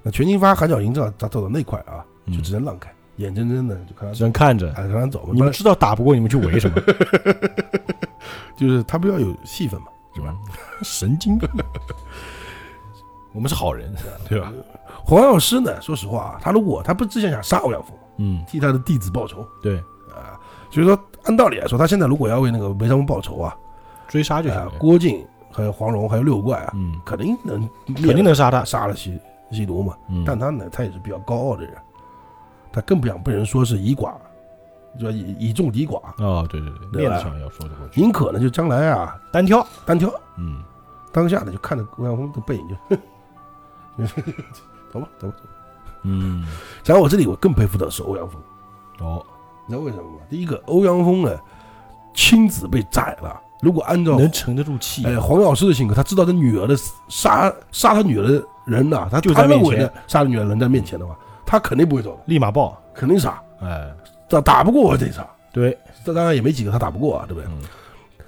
B: 那全金发、韩小莹知道他走到那块啊，就
A: 嗯
B: 只能让开，眼睁睁的就看他
A: 只能看着
B: 啊，，让他走嘛。
A: 你
B: 不
A: 们
B: 然
A: 知道打不过你们去围 [LAUGHS] 什么，
B: 就是他不要有戏份嘛，
A: 是吧？神经病， [LAUGHS] 我们是好人，对吧？
B: 黄药师呢，说实话啊，他如果他不是之前想杀欧阳锋，
A: 嗯，
B: 替他的弟子报仇，
A: 对，
B: 所以说按道理来说，他现在如果要为那个梅超风报仇啊，
A: 追杀就行
B: 啊
A: 了，
B: 郭靖还有黄蓉还有六怪啊，
A: 嗯，
B: 肯定能
A: 肯定能杀他，
B: 杀了西西毒嘛。
A: 嗯，
B: 但他呢，他也是比较高傲的人，他更不想被人说是以寡，就以以众敌寡。
A: 哦，对对对，
B: 对
A: 面
B: 吧
A: 子上要说得过去，
B: 宁可呢，就将来啊
A: 单挑，
B: 单挑。
A: 嗯，
B: 当下呢，就看着欧阳锋的背影就， [LAUGHS] 哼，走吧走吧。走吧
A: 嗯，
B: 然后我这里我更佩服的是欧阳锋，
A: 哦，
B: 你知道为什么吗？第一个，欧阳锋呢，亲子被宰了。如果按照
A: 能沉得住气，
B: 哎黄药师的性格，他知道他女儿的杀杀他女儿的人呐、他
A: 就在
B: 他认
A: 面
B: 为
A: 前
B: 的杀他女儿人在面前的话，他肯定不会走的，
A: 立马爆，
B: 肯定杀。
A: 哎，
B: 打打不过我得杀，
A: 对，
B: 这当然也没几个他打不过啊，对不对？
A: 嗯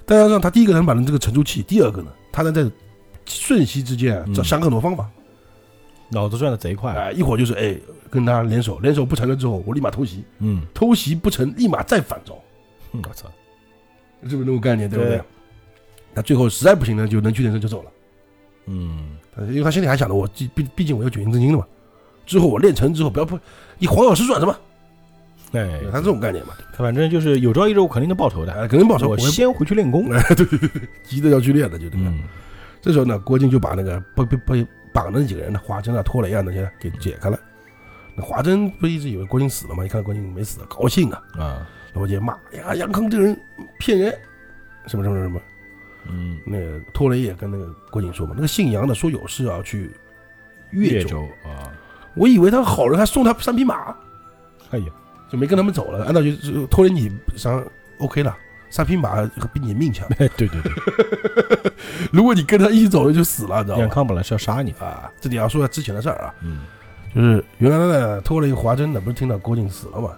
B: 再加上他第一个能把人这个沉住气，第二个呢，他能在瞬息之间
A: 嗯
B: 这想很多方法，
A: 脑子转的贼快，
B: 哎，一会儿就是哎跟他联手，联手不成了之后，我立马偷袭，
A: 嗯，
B: 偷袭不成，立马再反招，
A: 嗯我操，
B: 是不是那种概念？对不对
A: 对？
B: 那最后实在不行呢，就能屈点身就走了，
A: 嗯，
B: 但是因为他心里还想着我，毕毕毕竟我要卷阴真经的嘛，之后我练成之后不要不，你黄药师转什么？
A: 哎，
B: 他这种概念嘛，
A: 他反正就是有朝一日我肯定能报仇的，
B: 哎，肯定不好说，
A: 我
B: 我也
A: 先回去练功，
B: 急着要去练了，就这个。
A: 嗯
B: 这时候呢，郭靖就把那个被被被绑的那几个人呢，华筝啊、拖雷啊那些给解开了。那华筝不一直以为郭靖死了吗？一看郭靖没死，高兴啊，
A: 啊，
B: 然后就骂：“哎呀，杨康这个人骗人，什么什么什么。
A: 嗯”，
B: 那个拖雷也跟那个郭靖说嘛，那个姓杨的说有事要去
A: 越
B: 越州，
A: 州啊，
B: 我以为他好人，还送他三匹马，
A: 哎呀，
B: 就没跟他们走了。按道理就是拖雷你伤 OK 了，三匹马比你命强，
A: [LAUGHS]
B: [LAUGHS]
A: 对对对，
B: 如果你跟他一起走了就死了，你知道
A: 杨
B: 吧？
A: 康本来是要杀你，
B: 啊，这里要说下之前的事儿啊，
A: 嗯
B: 就是原来呢，托雷华筝呢，不是听到郭靖死了嘛，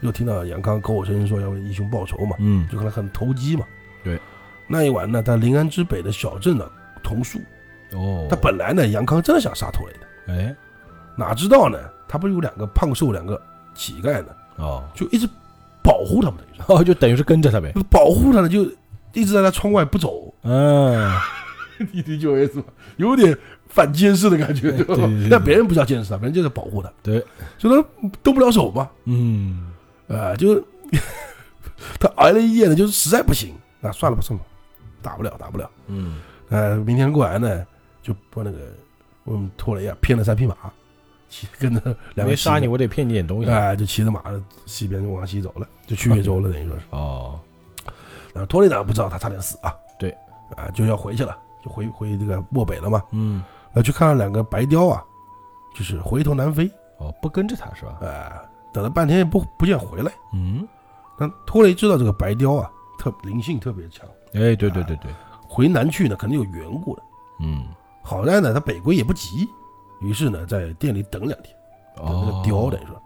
B: 又听到杨康口口声声说要为义兄报仇嘛，
A: 嗯
B: 就可能很投机嘛。
A: 对，
B: 那一晚呢，在临安之北的小镇呢，桐树，
A: 哦，
B: 他本来呢，杨康真的想杀托雷的，
A: 哎
B: 哪知道呢，他不是有两个胖瘦两个乞丐呢，
A: 哦。
B: 就一直保护他们，等于
A: 哦，就等于是跟着他呗。
B: 是保护他呢，就一直在他窗外不走， [LAUGHS]
A: 嗯，
B: 你理解我意思吗？有点反监视的感觉，
A: 对
B: 对吧
A: 对对对
B: 但别人不叫监视他，别人就是保护他，
A: 对，
B: 所以他动不了手嘛。
A: 嗯，
B: 呃，就 [LAUGHS] 他挨了一夜呢，就是实在不行，那算了吧，算了吧，打不了，打不了。
A: 嗯，
B: 呃，明天过来呢，就把那个我们拖雷啊，骗了三匹马，骑跟着两
A: 没
B: 个
A: 杀你，
B: 骑
A: 我得骗你点东西
B: 着，。哎、就骑着马西边就往西走了，就去越州了，等于说是。
A: 哦，
B: 然后拖雷呢不知道他差点死啊，
A: 对，
B: 啊、就要回去了，就回回这个漠北了嘛。
A: 嗯，
B: 那去看了两个白雕啊，就是回头南飞，
A: 哦，不跟着他是吧？
B: 啊、等了半天也不不见回来。
A: 嗯，
B: 那拖雷知道这个白雕啊，特灵性特别强。
A: 哎，对对对对，
B: 回南去呢，肯定有缘故的。
A: 嗯，
B: 好在呢，他北归也不急，于是呢，在店里等两天，等那
A: 哦
B: 个，雕等于说，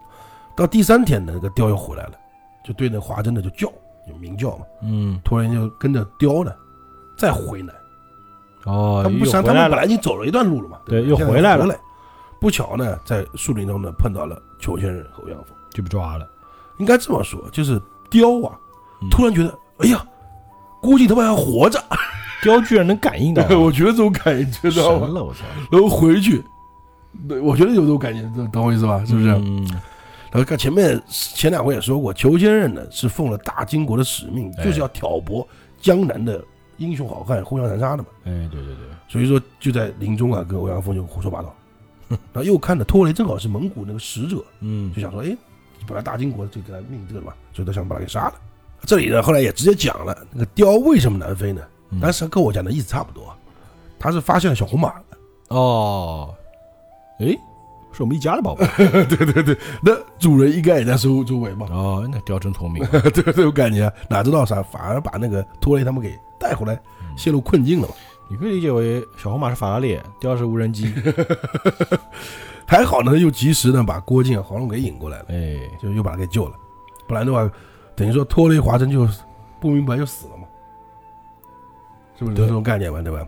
B: 到第三天呢，那个雕又回来了，就对那华筝呢就叫，就鸣叫嘛。
A: 嗯，
B: 突然就跟着雕呢，再回南。
A: 哦，
B: 他们不
A: 又
B: 想，
A: 回
B: 他们
A: 来
B: 本
A: 了，
B: 来已经走了一段路了嘛，
A: 对
B: 吧
A: 又
B: 现在
A: 回来了
B: 回来，不巧呢，在树林中呢碰到了裘千仞、侯阳锋。
A: 就被抓了。
B: 应该这么说，就是雕啊
A: 嗯，
B: 突然觉得，哎呀，估计他们还活着。
A: 雕居然能感
B: [LAUGHS]
A: 应到 [LAUGHS] 啊，
B: 我觉得这种感觉，知
A: 神
B: 道吗？
A: 了，我操，
B: 然后回去，对，我觉得有这种感觉，懂懂我意思吧？是不是？
A: 嗯，
B: 然后看前面前两回也说过，裘千仞呢是奉了大金国的使命，
A: 哎
B: 就是要挑拨江南的英雄好汉互相残杀的嘛。
A: 哎，对对对，
B: 所以说就在林中啊，跟欧阳锋就胡说八道。然后又看着托雷正好是蒙古那个使者，
A: 嗯
B: 就，想说，哎，本来大金国就给他命这个嘛，所以他想把他给杀了。这里呢，后来也直接讲了那个雕为什么南飞呢？
A: 嗯
B: 但是跟我讲的意思差不多，他是发现了小红马了
A: 哦，哎，是我们一家的宝贝。
B: 对对对，那主人应该也在收周围嘛，
A: [LAUGHS]
B: [LAUGHS]
A: 哦，那雕真聪明。
B: 对这种感觉，哪知道啥，反而把那个托雷他们给带回来，陷入困境了嘛。
A: [LAUGHS] 你可以理解为小红马是法拉利，雕是无人机。
B: 还好呢，又及时呢把郭靖、黄蓉给引过来了，
A: [LAUGHS] 哎，
B: 就又把他给救了，不然的话，等于说托雷华筝就不明白就死了嘛，是不是
A: 对
B: 这种概念嘛，对吧？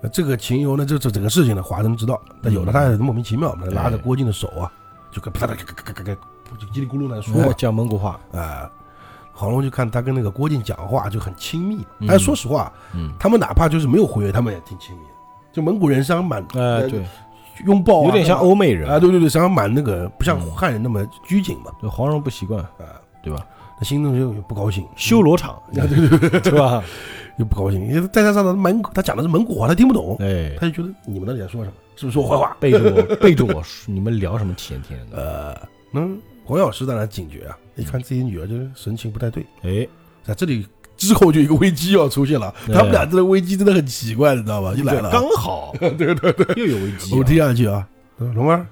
B: 那这个情由呢，这这整个事情呢，华筝知道，但有的他也莫名其妙嘛，拉着
A: 哎
B: 郭靖的手啊，就跟啪嗒咔咔咔咔咔，就叽里咕噜来说嘛
A: 哎，讲蒙古话。
B: 啊，黄蓉就看他跟那个郭靖讲话就很亲密嘛
A: 嗯。
B: 但是说实话，
A: 嗯，
B: 他们哪怕就是没有回约，他们也挺亲密的。就蒙古人实际上蛮
A: 哎，对，哦
B: 拥抱啊、
A: 有点像欧美人
B: 啊，对对对，实际上蛮那个不像
A: 嗯
B: 汉人那么拘谨嘛。
A: 哎对，嗯黄蓉不习惯，
B: 啊，
A: 对吧？
B: 那心中就有不高兴，
A: 修罗场，
B: 啊，对对
A: [LAUGHS]
B: 对，
A: 对吧？
B: 就不高兴。因为再加上他蒙古，他讲的是蒙古话，他听不懂，
A: [LAUGHS] 哎，
B: 他就觉得你们到底在说什么？是不是说坏话？
A: 背着我，背着我说，你们聊什么前天的？
B: 嗯，黄药师当然警觉啊，一看自己女儿这个神情不太对，
A: [LAUGHS] 哎，
B: 在这里之后就有一个危机要出现了。
A: 对
B: 他们俩这个危机真的很奇怪，你知道吧？就来了啊，
A: 刚
B: [LAUGHS]
A: 好，对对对，又有危机啊
B: 我听下去啊，龙儿，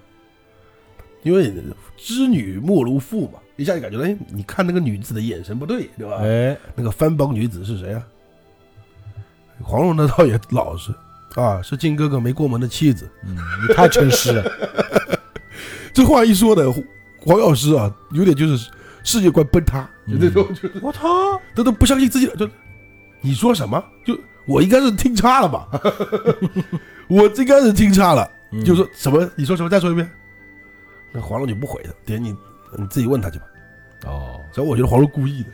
B: 因为知女莫如父嘛，一下就感觉到，哎，你看那个女子的眼神不对，对吧？
A: 哎，
B: 那个番邦女子是谁啊？黄蓉那倒也老实啊，是靖哥哥没过门的妻子。
A: 嗯，你太诚实
B: [LAUGHS]
A: 了，
B: 这话一说呢，黄药师啊，有点就是世
A: 嗯
B: 界观崩塌，就那种，就
A: 我操，
B: 他都不相信自己的，就你说什么？就我应该是听差了吧？ [LAUGHS] 我应该是听差了，
A: 嗯
B: 就说什么？你说什么？再说一遍。那黄蓉就不回他，点你你自己问他去吧。
A: 哦，
B: 所以我觉得黄蓉故意的，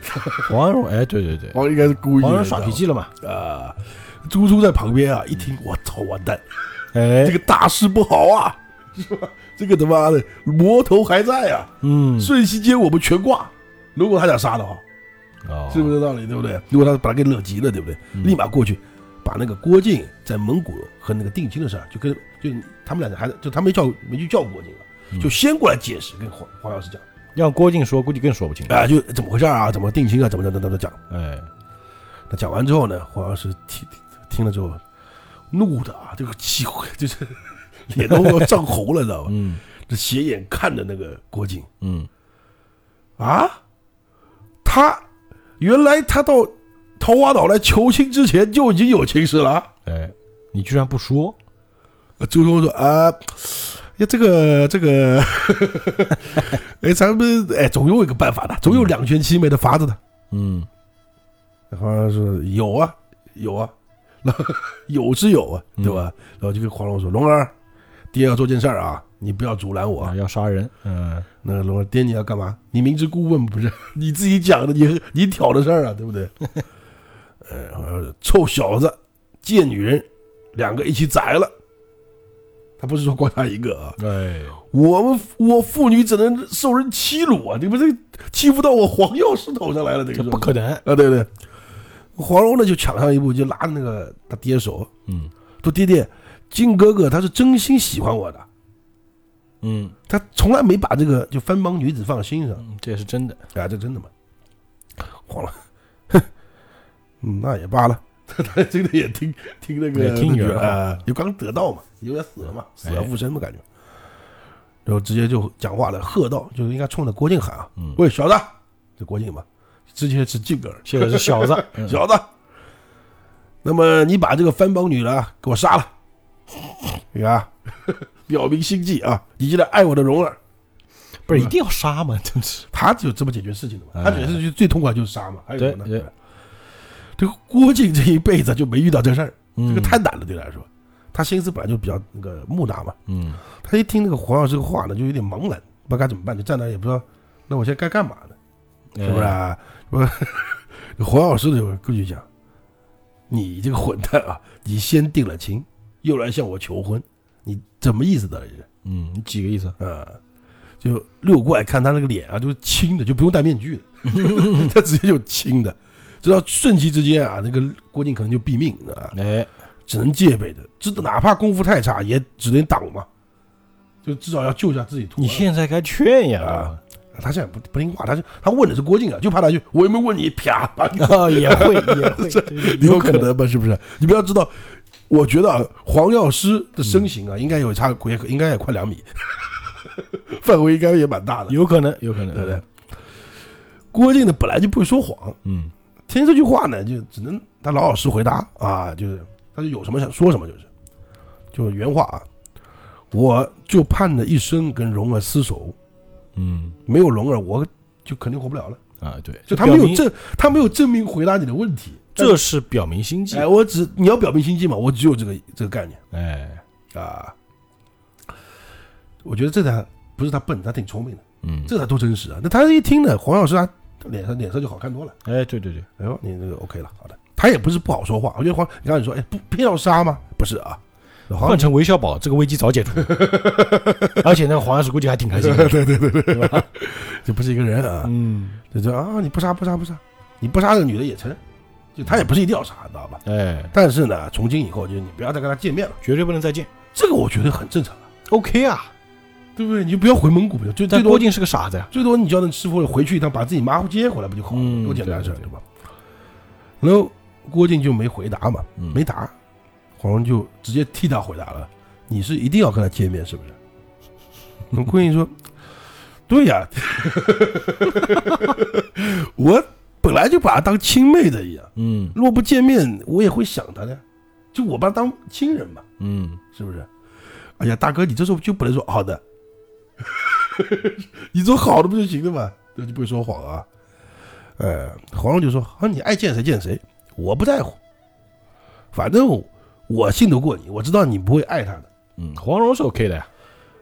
A: 黄蓉，哎，对对对，
B: 黄蓉应该是故意的，
A: 黄蓉耍脾气嗯了嘛？
B: 啊。猪猪在旁边啊，一听我操，完蛋，
A: 哎
B: 这，个大事不好啊，是吧？这个他妈的魔头还在啊，
A: 嗯，
B: 瞬息间我们全挂。如果他想杀的话，
A: 哦，
B: 是不是这道理？对不对？如果他把他给惹急了，对不对？
A: 嗯
B: 立马过去，把那个郭靖在蒙古和那个定亲的事儿，就跟就他们两个还就他没叫没去叫郭靖
A: 嗯
B: 了，就先过来解释，跟黄黄药师讲，
A: 让郭靖说，估计更说不清。
B: 啊、就怎么回事儿啊？怎么定亲啊？怎么怎么怎么讲？
A: 哎，
B: 那讲完之后呢，黄药师听听了之后，怒的啊，这个气就是
A: [LAUGHS]
B: 脸都要涨红了，你知道吧？
A: 嗯
B: 这斜眼看着那个郭靖
A: 嗯，
B: 啊，他原来他到桃花岛来求亲之前就已经有情史了啊。
A: 哎，你居然不说，
B: 周通说啊，呀，这个这个， [LAUGHS] 哎，咱们哎，总有一个办法的，总有两全其美的法子的。
A: 嗯
B: 黄蓉说有啊，有啊，然后有是有啊，对吧？然后就跟黄蓉说，龙儿，爹要做件事儿啊，你不要阻拦我
A: 啊，
B: 啊。
A: 要杀人，嗯，
B: 那个龙儿，爹你要干嘛？你明知故问不是？ [LAUGHS] 你自己讲的，你你挑的事儿啊，对不对？ [LAUGHS] 呃，黄蓉说臭小子，贱女人，两个一起宰了。他不是说光他一个啊，
A: 哎，
B: 我们我妇女怎能受人欺辱啊？你们这欺负到我黄药师头上来了，这
A: 这
B: 个
A: 不可能，
B: 啊！对对，黄蓉呢就抢上一步，就拉那个他爹手，
A: 嗯
B: 说：“爹爹，靖哥哥他是真心喜欢我的，
A: 嗯，
B: 他从来没把这个就番邦女子放心上
A: 嗯这也是真的，
B: 啊，这真的吗？”黄蓉，哼，嗯那也罢了， [LAUGHS] 他真的也听听那个
A: 也听女儿的话
B: 啊，就刚得到嘛，有点死了嘛，死而
A: 哎
B: 复生的感觉。然后直接就讲话了，喝道，就应该冲着郭靖喊啊：“
A: 嗯，
B: 喂，小子，这郭靖嘛，之前是靖儿，
A: 现在是小
B: [LAUGHS]
A: 子，嗯
B: 小子，那么你把这个番邦女呢给我杀了，你看， [LAUGHS] 表明心迹啊，你既然爱我的蓉儿，
A: 不是一定要杀吗？真是，
B: 他就这么解决事情的嘛，
A: 哎
B: 他解决事情最痛快就是杀嘛，还有什么
A: 对
B: 呢？这个郭靖这一辈子就没遇到这事儿，这
A: 这
B: 个太难了对他来说，他心思本来就比较那个木讷嘛，
A: 嗯
B: 他一听那个黄药师这个话呢，就有点茫然，不知道该怎么办，就站那也不知道，那我现在该干嘛呢？
A: 嗯，
B: 是不是、
A: 哎？
B: 啊？ [LAUGHS] 我黄老师就过去讲，你这个混蛋啊！你先定了亲，又来向我求婚，你怎么意思的这是？
A: 嗯，你几个意思？
B: 啊、就六怪看他那个脸啊，就是青的，就 [LAUGHS] 不用戴面具的，他直接就青的。直到瞬息之间啊，那个郭靖可能就毙命啊，
A: 哎，
B: 只能戒备的，这哪怕功夫太差，也只能挡嘛，就至少要救一下自己徒儿。
A: 你现在该劝呀，
B: 啊他现在不不听话，他就他问的是郭靖啊，就怕他就我有没有问你，啪把
A: [LAUGHS]
B: 你 [LAUGHS]
A: 啊，也会也会，对
B: 有可，能吧？是不是？你不要知道，我觉得啊，黄药师的身形啊，应该有差，也应该也快两米， [LAUGHS] 范围应该也蛮大的，
A: 有可能，有可能，
B: 对不对？郭靖呢，本来就不会说谎，
A: 嗯
B: 听这句话呢，就只能他老老实回答啊，就是他就有什么想说什么，就是，就是原话啊，我就盼着一生跟蓉儿厮守，
A: 嗯
B: 没有蓉儿，我就肯定活不了了。
A: 啊，对，
B: 就他没
A: 表
B: 有
A: 明
B: 证，他没有证明回答你的问题，
A: 这是表明心迹
B: 哎，，我只你要表明心迹嘛，我只有这个这个概念
A: 哎，
B: 啊。我觉得这才不是他笨，他挺聪明的，
A: 嗯，
B: 这才多真实啊！那他一听呢，黄药师他脸上脸色就好看多了。
A: 哎，对对对，
B: 哎呦，你这个 OK 了，好的。他也不是不好说话，我觉得黄，你刚才说，哎，不偏要杀吗？不是啊，黄
A: 换成韦小宝，这个危机早解除。
B: [LAUGHS]
A: 而且那个黄药师估计还挺开心的。 [LAUGHS] 对对对对，吧？
B: 这不是一个人啊，
A: 嗯，
B: 就说啊，你不杀不杀不杀，你不杀这个女的也成，就他也不是一定要杀，你知道吧？
A: 哎，
B: 但是呢，从今以后就是你不要再跟他见面了，
A: 绝对不能再见。
B: 这个我觉得很正常啊，
A: OK 啊，
B: 对不对？你就不要回蒙古，就最
A: 但
B: 多
A: 郭靖是个傻子呀。
B: 最多你叫那师傅回去一趟，把自己妈接回来不就好了？
A: 嗯
B: 多简单的事儿，
A: 对
B: 对吧？然后郭靖就没回答嘛，
A: 嗯
B: 没答，黄蓉就直接替他回答了：“你是一定要跟他见面，是 [LAUGHS] 不是？”那郭靖说：“对呀、 [LAUGHS] 我本来就把他当亲妹子一样，
A: 嗯
B: 如果不见面，我也会想他的，就我把他当亲人嘛，
A: 嗯，
B: 是不是？”哎呀，大哥，你这时候就不能说好的， [LAUGHS] 你做好的不就行了吗？对，就不会说谎啊。呃，黄蓉就说：“啊，你爱见谁见谁，我不在乎。”反正我我信得过你，我知道你不会爱他的。
A: 嗯，黄蓉是 OK 的呀，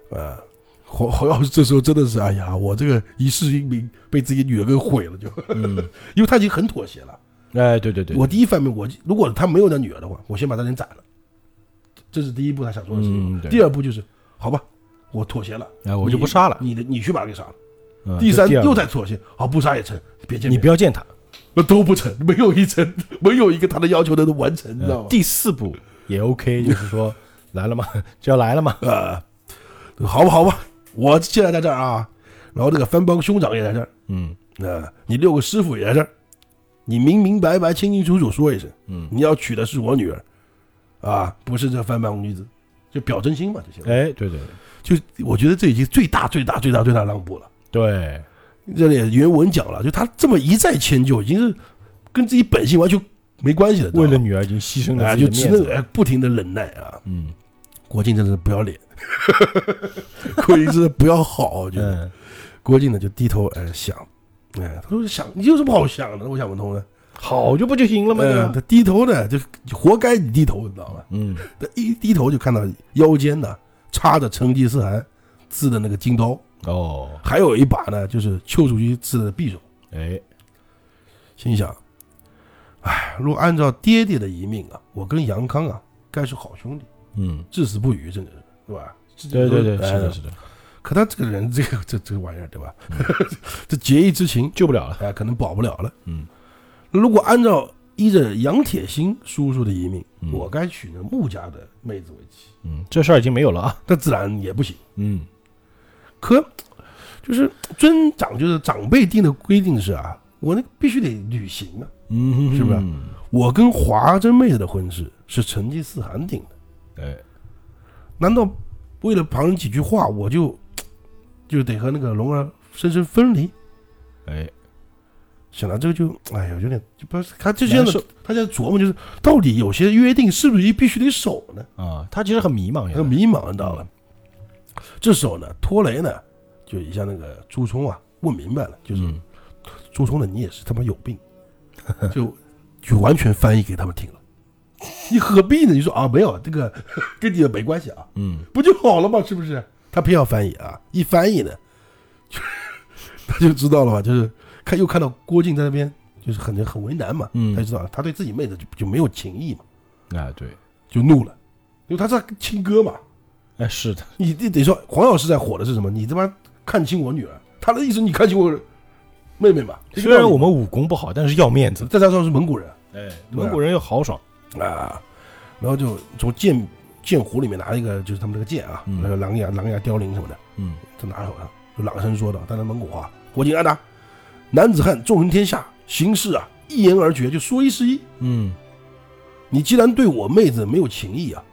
B: 呃，黄黄药师这时候真的是，哎呀，我这个一世英名被自己女儿给毁了，就，
A: 嗯，
B: 因为他已经很妥协了。
A: 哎，对对对，
B: 我第一方面，我如果他没有那女儿的话，我先把他人斩了，这是第一步他想做的事情。
A: 嗯，对，
B: 第二步就是，好吧，我妥协了，
A: 哎，我就不杀了。
B: 你的你去把他给杀了。
A: 嗯
B: 第三
A: 这二
B: 又
A: 个
B: 在妥协，好不杀也成，别见
A: 你
B: 面，
A: 不要见他，
B: 那都不成，没有一成， [LAUGHS] 没有一个他的要求能完成，你知道
A: 呃
B: 吗？
A: 第四步也 OK，就是 [LAUGHS] 说来了嘛，就要来了嘛，
B: 呃，好吧，好吧，我现在在这儿啊，然后这个番邦兄长也在这儿，
A: 嗯
B: 呃，你六个师傅也在这儿，你明明白白、清清楚楚说一声，
A: 嗯，
B: 你要娶的是我女儿，啊，不是这番邦女子，就表真心嘛就行了。
A: 哎，对对
B: 就我觉得这已经最大、最大、最大、最大让步了。
A: 对，
B: 这里原文讲了，就他这么一再迁就，已经是跟自己本性完全没关系了。
A: 为了
B: 知
A: 女儿已经牺牲
B: 道吗
A: 了
B: 啊，
A: 自己的
B: 就只
A: 面
B: 能
A: 子，
B: 哎不停的忍耐啊。
A: 嗯
B: 郭靖真是不
A: [LAUGHS]
B: 要脸，郭靖真的不要好，我觉得。
A: 嗯，
B: 郭靖呢就低头哎想，哎，他说想你有什么好想的？我想不通的。
A: 好就不就行了吗？
B: 嗯，
A: 对吧
B: 他低头呢就活该你低头，你知道吗？
A: 嗯
B: 他一低头就看到腰间呢插着成吉思汗刺的那个金刀，
A: 哦，
B: 还有一把呢就是丘处机刺的匕首。
A: 哎，
B: 心想，哎，如果按照爹爹的遗命啊，我跟杨康啊该是好兄弟，
A: 嗯，
B: 至死不渝，真的是，对吧？
A: 对对对，
B: 哎
A: 是的，是的，
B: 可他这个人，这个这这玩意儿，对吧？
A: 嗯
B: [LAUGHS] 这结义之情，
A: 救不了了，
B: 哎，可能保不了了。
A: 嗯，
B: 如果按照依着杨铁心叔叔的遗命，
A: 嗯
B: 我该娶那穆家的妹子为妻，
A: 嗯，这事儿已经没有了啊，
B: 那自然也不行。
A: 嗯
B: 可就是尊长，就是长辈定的规定是啊，我那个必须得履行啊。
A: 嗯，
B: 是不是
A: 嗯
B: 我跟华筝妹子的婚事是成吉思汗定的，
A: 哎，
B: 难道为了旁人几句话，我就就得和那个龙儿生生分离？
A: 哎，
B: 想到这个就，哎呀，有点就不是他就现在
A: 难受
B: 他现在琢磨就是，到底有些约定是不是必须得守呢？
A: 啊，他其实很迷茫，
B: 很迷茫，你知道吧？这时候呢，托雷呢，就一下那个朱冲啊，问明白了，就是、
A: 嗯
B: 朱冲呢，你也是他妈有病，就就完全翻译给他们听了。你何必呢？你说啊，没有这个 [LAUGHS] 跟你的没关系啊，
A: 嗯，
B: 不就好了吗？是不是？他偏要翻译啊，一翻译呢，就 [LAUGHS] 他就知道了嘛，就是看又看到郭靖在那边，就是很很为难嘛，
A: 嗯
B: 他就知道他对自己妹子就就没有情义嘛，
A: 哎，对，
B: 就怒了，因为他是亲哥嘛，
A: 哎，是的，
B: 你得得说黄药师在火的是什么？你他妈看清我女儿，他的意思你看清我妹妹嘛？这个
A: 虽然
B: 道理
A: 我们武功不好，但是要面子，
B: 再加上是蒙古人
A: 哎，蒙古人又豪爽，
B: 啊，然后就从剑剑壶里面拿一个就是他们那个剑啊，
A: 嗯
B: 那个狼牙狼牙凋零什么的，
A: 嗯
B: 就拿手上，就啊朗声说道：“当然蒙古话，郭靖安达，啊男子汉纵横天下，行事啊一言而决，就说一是一。
A: 嗯，
B: 你既然对我妹子没有情义啊，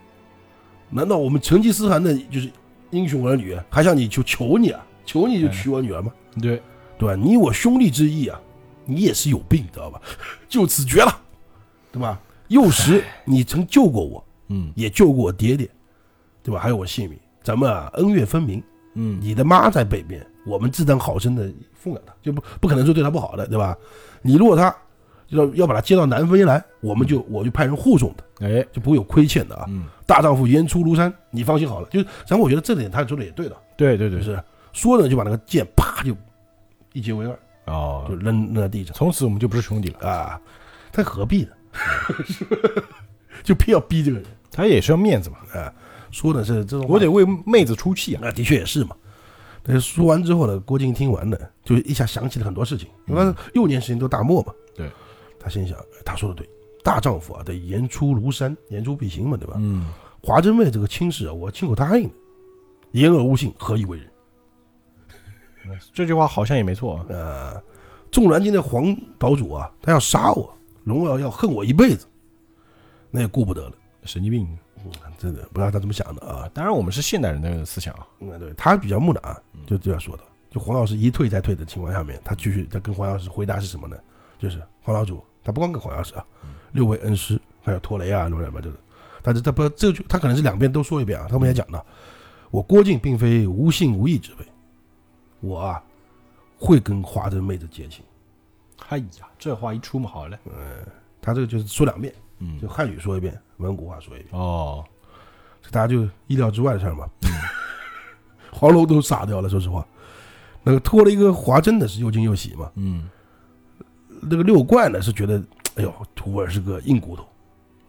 B: 难道我们成吉思汗的就是英雄儿女，还向你求求你啊，求你就娶我女儿吗？
A: 对，
B: 对吧？你我兄弟之义啊，你也是有病，知道吧？ [LAUGHS] 就此绝了，对吧？幼时你曾救过我，
A: 嗯
B: 也救过我爹爹，对吧？还有我性命，咱们啊恩怨分明。
A: 嗯，
B: 你的妈在北边，我们自当好生的奉养她，就不不可能说对她不好的，对吧？你如果她要要把她接到南非来，我们就我就派人护送她，
A: 哎，
B: 就不会有亏欠的啊。
A: 嗯，
B: 大丈夫言出如山，你放心好了。就是，然后我觉得这点他说的也对的，
A: 对对对
B: 就，是说呢就把那个剑啪就一截为二，
A: 哦
B: 就，扔扔在地上
A: 从此我们就不是兄弟了。
B: 啊，他何必呢？ [LAUGHS] 就偏要逼这个人，
A: 他也是要面子嘛，
B: 说的是这种话，
A: 我得为妹子出气啊。
B: 那的确也是嘛。那说完之后呢，郭靖听完呢，就一下想起了很多事情，因为他幼年时间都大漠嘛。
A: 嗯对，
B: 他心想，哎他说的对，大丈夫啊，得言出如山，言出必行嘛，对吧？
A: 嗯，
B: 华筝妹这个亲事啊，我亲口答应的，言而无信，何以为人？
A: 这句话好像也没错啊。
B: 呃，纵然今天黄岛主啊，他要杀我，龙儿要恨我一辈子，那也顾不得了。嗯
A: 神经病
B: 真的不知道他怎么想的啊
A: 啊！。当然，我们是现代人的思想啊。
B: 嗯，对他比较木讷，就这样说的。就黄老师一退再退的情况下面，他继续他跟黄老师回答是什么呢？就是黄老主，他不光跟黄老师啊，六位恩师还有托雷啊什么什么这个，但是他不这就他可能是两边都说一遍啊。他们也讲到，我郭靖并非无信无义之辈，我啊会跟华筝妹子结亲。
A: 哎呀，这话一出嘛，好嘞。
B: 他这个就是说两遍，
A: 嗯
B: 就汉语说一遍，蒙古话说一遍，
A: 哦，
B: 这大家就意料之外的事儿嘛。 [LAUGHS] 黄龙都傻掉了，说实话，那个拖了一个华筝的是又惊又喜嘛，
A: 嗯，
B: 那个六怪呢是觉得，哎呦，土味儿是个硬骨头，，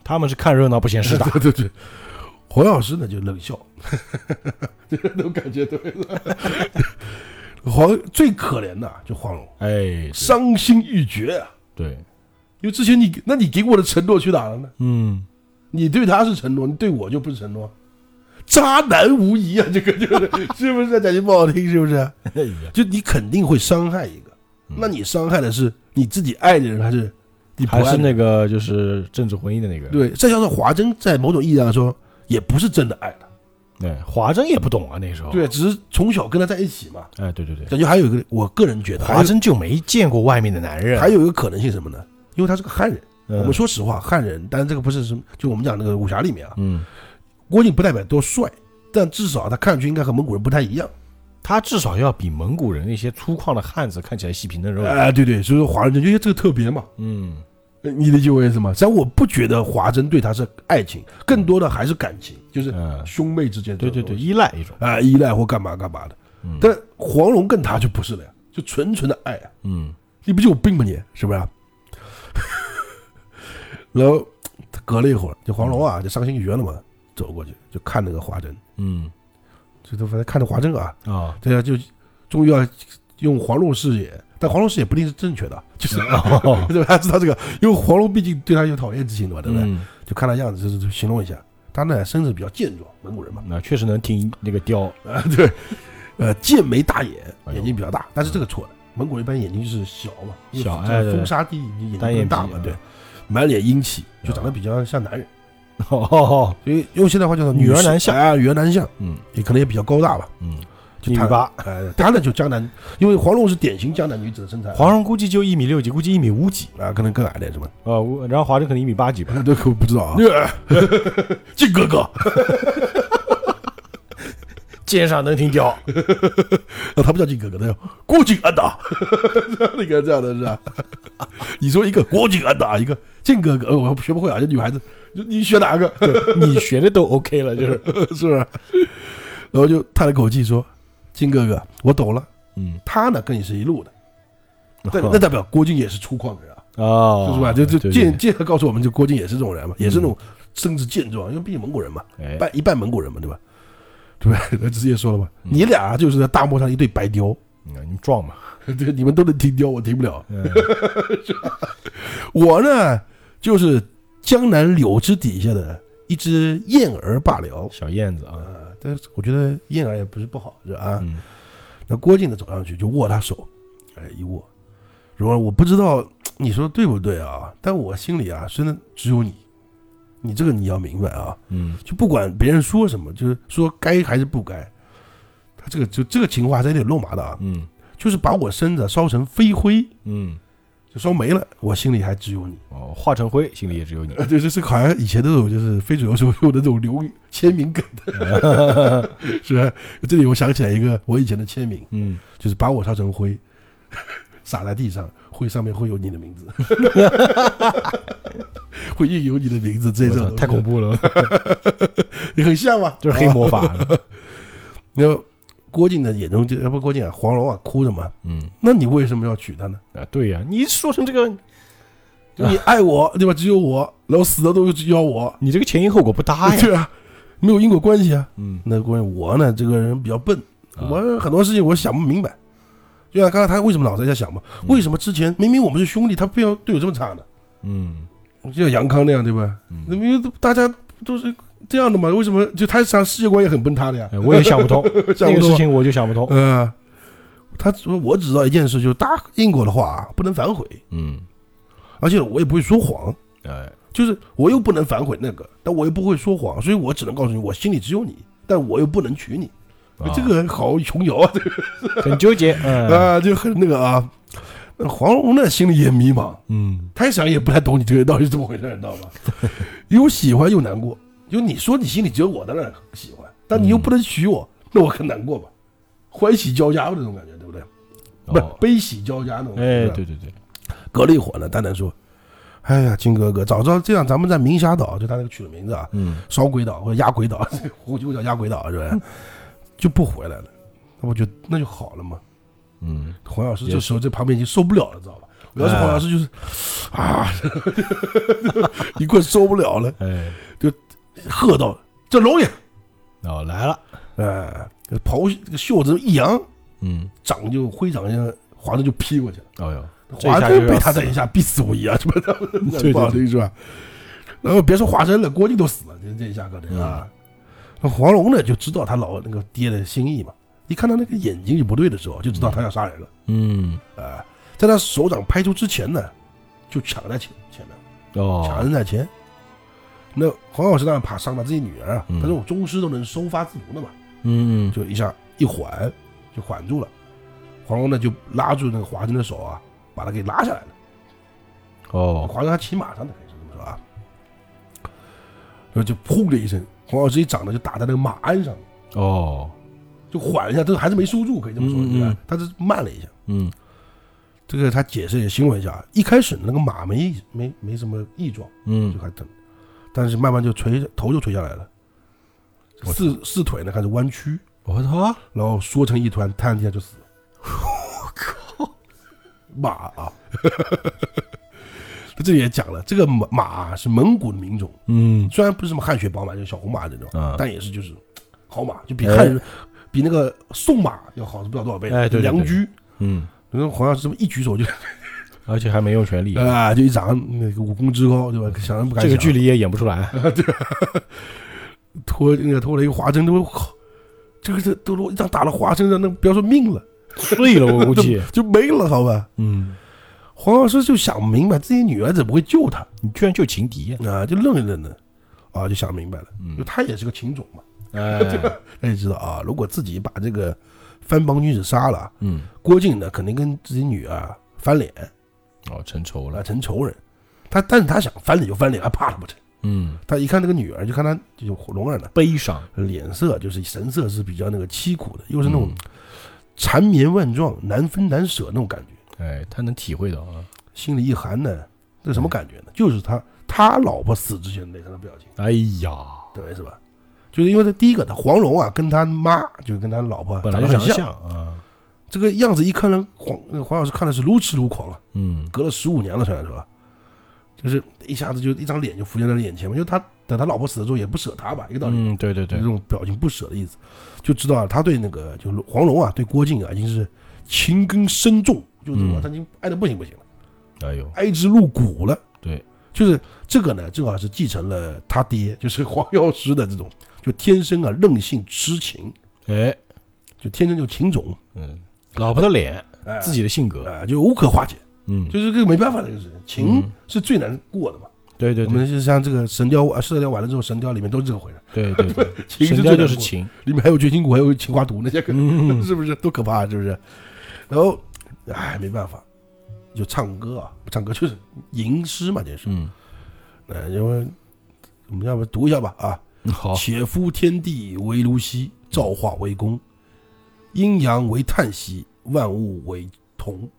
A: 他们是看热闹不嫌事大
B: [LAUGHS]
A: [LAUGHS]
B: 对对对。黄药师呢就冷笑， [LAUGHS] 这个都感觉对了。 [LAUGHS] 黄最可怜的啊就黄蓉，
A: 哎，
B: 伤心欲绝啊！
A: 对，
B: 因为之前你，那你给我的承诺去哪了呢？
A: 嗯，
B: 你对他是承诺，你对我就不是承诺，渣男无疑啊！这个就是 [LAUGHS] 是不是讲句不好听，是不啊是？
A: 哎呀，
B: 就你肯定会伤害一个，
A: 嗯
B: 那你伤害的是你自己爱的人，还是你不
A: 还
B: 爱
A: 是
B: 的人？
A: 那个就是政治婚姻的那个，
B: 对，再加上华筝在某种意义上来说，也不是真的爱
A: 哦
B: 他，
A: 对，华筝也不懂啊，那时候，
B: 对，，只是从小跟他在一起嘛。
A: 哎，对对对，
B: 感觉还有一个，我个人觉得
A: 华
B: 还有
A: 筝就没见过外面的男人，
B: 还有一个可能性是什么呢？因为他是个汉人，
A: 嗯
B: 我们，说实话，汉人，但是这个不是什么，就我们讲那个武侠里面啊，
A: 嗯，
B: 郭靖不代表多帅，但至少他看上去应该和蒙古人不太一样。
A: 他至少要比蒙古人那些粗犷的汉子看起来细皮嫩肉，
B: 哎、对对，所以说华人就觉得这个特别嘛，
A: 嗯，
B: 呃你理解我意思吗？虽然我不觉得华筝对他是爱情，更多的还是感情，就是
A: 嗯，
B: 兄妹之间这
A: 对
B: 种
A: 对
B: 东西。
A: 对，依赖一种，
B: 啊、依赖或干嘛干嘛的。
A: 嗯
B: 但黄蓉跟他就不是了呀，就纯纯的爱啊，
A: 嗯，
B: 你不就有病吗你？是不是啊、 [LAUGHS] 然后隔了一会儿，这黄蓉啊就伤心欲绝了嘛，走过去就看那个华筝，
A: 嗯，
B: 就他反正看着华筝啊，
A: 啊，
B: 对啊，就终于要用黄蓉视野，但黄蓉视野不一定是正确的，就是 [LAUGHS] 对吧？他知道这个，因为黄蓉毕竟对他有讨厌之情的嘛，对不对？
A: 哦嗯，
B: 就看他样子，就是就形容一下，他呢身子比较健壮，蒙古人嘛， [LAUGHS]
A: 那确实能听那个雕，
B: 啊对，呃剑眉大眼，
A: 哎呦
B: 眼睛比较大，但是这个错了，蒙古人一般眼睛是小嘛，因为
A: 小
B: 在
A: 哎对
B: 风沙地你眼
A: 单
B: 睛不
A: 眼
B: 能
A: 皮
B: 大嘛
A: 啊，
B: 对，满脸英气，就
A: 啊
B: 长得比较像男人，
A: 哦，
B: 所以用现代话叫做
A: 女儿
B: 士
A: 男相
B: 啊，女儿男相，
A: [LAUGHS] [LAUGHS] 嗯
B: 也可能也比较高大吧，
A: 嗯，
B: 就
A: 一米
B: 他
A: 八，
B: 呃，他呢就江南，因为黄蓉是典型江南女子的身材，
A: 黄蓉估计就一米六几，估计一米五几，
B: 啊可能更矮
A: [LAUGHS]
B: 点是吧？
A: 呃，我然后华筝可能一米八几吧，
B: 这可不知道 [LAUGHS] 啊，靖哥哥，
A: 肩上能听雕，
B: 啊他不叫靖哥哥，他叫郭靖安达， [LAUGHS] 那个这样的是吧？ [LAUGHS] 你说一个郭靖安达，一个靖哥哥，呃我学不会啊，这女孩子，你你选哪个？
A: [LAUGHS]
B: [LAUGHS]
A: 你学的都 OK 了， [LAUGHS] 就是，
B: 是不是？然后就叹了口气说：“金哥哥，我懂了。
A: 嗯，
B: 他呢跟你是一路的，但
A: [LAUGHS]
B: 那代表郭靖也是粗犷的人啊，
A: 哦，
B: 是吧？就就
A: 对
B: 剑，
A: 对嗯
B: 剑告诉我们，就郭靖也是这种人嘛，也是那种身子健壮，因为毕竟蒙古人嘛，
A: 对哎，
B: 半一半蒙古人嘛，对吧？ [LAUGHS] 对吧？ [LAUGHS] 那直接说了吧，你俩就是在大漠上一对
A: [LAUGHS]
B: 白雕，
A: 嗯你们撞吧，
B: 对，你们都能听雕，我听不了。
A: 嗯
B: 我呢，就是江南柳枝底下的一只燕儿罢了。”
A: 小燕子啊，
B: 呃，但是我觉得燕儿也不是不好，是吧？
A: [LAUGHS]
B: 啊
A: 嗯
B: 那郭靖呢走上去就握他手，哎，一握，蓉儿，我不知道你说对不对啊，但我心里啊，真的只有你，你这个你要明白啊，
A: 嗯，
B: 就不管别人说什么，就是说该还是不该，他这个就这个情况还是有点肉麻的啊，
A: 嗯
B: 就是把我身子烧成飞灰，
A: 嗯，
B: 就烧没了，我心里还只有你。
A: 哦，化成灰，心里也只 [LAUGHS] 有你，
B: 呃，对，这是好像以前那种就是非主流时候用的那种留签名梗
A: [LAUGHS]
B: 的，是吧？这里我想起来一个我以前的签名，
A: 嗯，
B: 就是把我烧成灰， [LAUGHS] 撒在地上，灰上面会有你的名字， [LAUGHS] 会印有你的名字，这
A: 我操
B: 种
A: 太恐，怖了，
B: 你很像吧？
A: [LAUGHS] 就是黑
B: 啊。
A: 魔法，
B: 然后郭靖的眼中就，要不郭靖啊，黄蓉啊，哭着嘛。
A: [LAUGHS] 嗯
B: 那你为什么要娶她呢？
A: 啊，对呀，你说成这个，
B: 就你爱我对吧？只有我，然后死的都要我，
A: 你这个前因后果不搭哎呀，
B: 对啊，没有因果关系啊。
A: [LAUGHS] 嗯，
B: 那关键我呢，这个人比较笨，
A: 啊
B: 我很多事情我想不明白。就像刚才他为什么老在家想嘛？为什么之前明明我们是兄弟，他非要对我这么差呢？
A: 嗯
B: 就像杨康那样，对吧？
A: 嗯
B: 那明明大家都是这样的嘛，为什么就他想世界观也很崩塌的呀
A: 哎？我也想不通
B: 想
A: [LAUGHS] 那个
B: 不通
A: 事
B: 啊。
A: 情，我就想不通，
B: 呃，他说我只知道一件事，就是答应过的话啊不能反悔，
A: 嗯，
B: 而且我也不会说谎，
A: 哎，
B: 就是我又不能反悔那个，但我又不会说谎，所以我只能告诉你，我心里只有你，但我又不能娶你。
A: 啊
B: 这个好琼瑶啊，这个。
A: 哎很纠结， [LAUGHS] 嗯
B: 啊，就很那个啊。那黄蓉呢，心里也迷茫，
A: 嗯
B: 她想也不太懂你这个人到底是怎么回事，你知
A: [LAUGHS]
B: 道吧？又喜欢又难过，就你说你心里只有我当然喜欢，但你又不能娶我，那我很难过吧？欢喜交加的那种感觉，对不对？不是
A: 哦
B: 悲喜交加那种。
A: 哎，
B: 是吧
A: 对对对，
B: 隔了一会儿呢，丹丹说：“哎呀，金哥哥，早知道这样，咱们在明霞岛，就他那个取的名字啊，
A: 嗯
B: 烧鬼岛或者压鬼岛，我就叫压鬼岛是吧？就不回来了，那我就那就好了嘛。
A: 嗯，
B: 黄药师这时候在旁边已经受不了了，知道吧？我要是黄药
A: 哎
B: 师就是、啊， [LAUGHS] 一棍受不了了，
A: 哎，
B: 喝道：“这龙爷，
A: 哦来了，
B: 哎，袍这个袖子一扬，
A: 嗯，
B: 掌就挥掌一下，华子就劈过去了。
A: 哦哟，这
B: 华
A: 下
B: 真
A: 就
B: 被
A: 要
B: 他
A: 死
B: 这一下逼死无疑啊，什 [LAUGHS] 么的，
A: 对
B: 不好听是吧？然后别说华生了，郭靖都死了，这这一下可
A: 嗯
B: 能啊。那黄蓉呢，就知道他老那个爹的心意嘛，一看他那个眼睛就不对的时候，就知道他要杀人了
A: 嗯，
B: 啊、在他手掌拍出之前呢，就抢在前前面，抢
A: 哦，
B: 人在前。那黄药师当然怕伤到自己女儿啊，
A: 嗯
B: 他这种宗师都能收发制毒的嘛，
A: 嗯，
B: 就一下一缓就缓住了。黄蓉呢就拉住那个华生的手啊，把他给拉下来了。
A: 哦，
B: 华哥他骑马上的，可以是这么说啊。然后就砰的一声，黄药师一掌呢就打在那个马鞍上，
A: 哦，
B: 就缓一下，这还是没收住，可以这么说，
A: 嗯嗯
B: 对吧
A: 嗯？
B: 他是慢了一下。
A: 嗯，
B: 这个他解释也形容一下啊，一开始呢那个马没没没什么异状，就
A: 嗯，
B: 还等，但是慢慢就垂头就垂下来了，
A: 我操
B: 四四腿呢开始弯曲，
A: 我操，
B: 然后缩成一团，瘫地下就死了。我靠，马啊！ [LAUGHS] 他这里也讲了，这个马马啊是蒙古的民种，
A: 嗯，
B: 虽然不是什么汗血宝马，就是小红马这种，
A: 啊，
B: 但也是就是好马，就比
A: 哎
B: 汉人、比那个宋马要好不了多少倍。
A: 哎对对
B: 良
A: 对
B: 驹，
A: 嗯，
B: 那好像是这么一举手就，
A: 而且还没用全力
B: 啊，就一掌，那个武功之高，对吧？想都不敢
A: 这
B: 想。
A: 个距离也演不出来，
B: 拖那个拖了一个华筝，都靠，这个这都一掌打了华筝上，那不要说命了，
A: 碎了我估 [LAUGHS] 计，
B: 就没了，好吧？
A: 嗯，
B: 黄药师就想明白自己女儿怎么会救他
A: 你居然救情敌呀，
B: 啊，就愣一愣的，啊，就想明白了，
A: 嗯，
B: 就他也是个情种嘛，
A: 哎，
B: [LAUGHS] 他也知道啊，如果自己把这个番邦女子杀了，
A: 嗯，
B: 郭靖呢肯定跟自己女儿翻脸，
A: 哦，成仇了
B: 来，成仇人。他但是他想翻脸就翻脸，还怕他不成？
A: 嗯，
B: 他一看那个女儿，就看他就容忍了，
A: 悲伤，
B: 脸色就是神色是比较那个凄苦的，又是那
A: 嗯
B: 种缠绵万状、难分难舍那种感觉。
A: 哎，他能体会到啊，
B: 心里一寒呢，这什么感觉呢？就是他他老婆死之前脸上的表情。
A: 哎呀，
B: 对，是吧？就是因为他第一个，他黄蓉啊，跟他妈就跟他老婆
A: 本来
B: 长
A: 就
B: 得很
A: 长得像啊，
B: 这个样子一看呢，黄那个黄老师看的是如痴如狂啊，
A: 嗯，
B: 隔了十五年了，虽然说，就是一下子就一张脸就浮现在他眼前嘛，因为他等他老婆死了之后也不舍他吧，一个道理，
A: 嗯，对对
B: 就
A: 对
B: 这，种表情不舍的意思，就知道啊，他对那个就是黄蓉啊，对郭靖啊，已经是情根深重，就是
A: 嗯
B: 我他已经爱的不行不行了，
A: 哎呦，
B: 爱之入骨了，
A: 对，
B: 就是这个呢，正好是继承了他爹，就是黄药师的这种，就天生啊任性痴情，
A: 哎，
B: 就天生就情种，
A: 嗯，老婆的脸，
B: 哎
A: 自己的性格，
B: 啊、就无可化解，
A: 嗯，
B: 就是这个没办法的，就是情
A: 嗯
B: 是最难过的嘛。
A: 对对
B: 我
A: 对
B: 们就像这个《神雕》啊，《射雕》完了之后，《神雕》里面都是这个回事，
A: 对对 [LAUGHS] 对，
B: 情
A: 神
B: 是最
A: 雕
B: 难
A: 就
B: 过
A: 是
B: 的，
A: 情，
B: 里面还有绝情谷，还有情花毒那些，
A: 嗯，
B: [LAUGHS] 是不是多可怕、是不是？然后，哎，没办法，就唱歌啊，唱歌就是吟诗嘛，这是。
A: 嗯，
B: 呃，因为我们要不读一下吧啊。
A: 嗯好，
B: 且夫天地为炉兮，造化为功，阴阳为叹息，万物为同，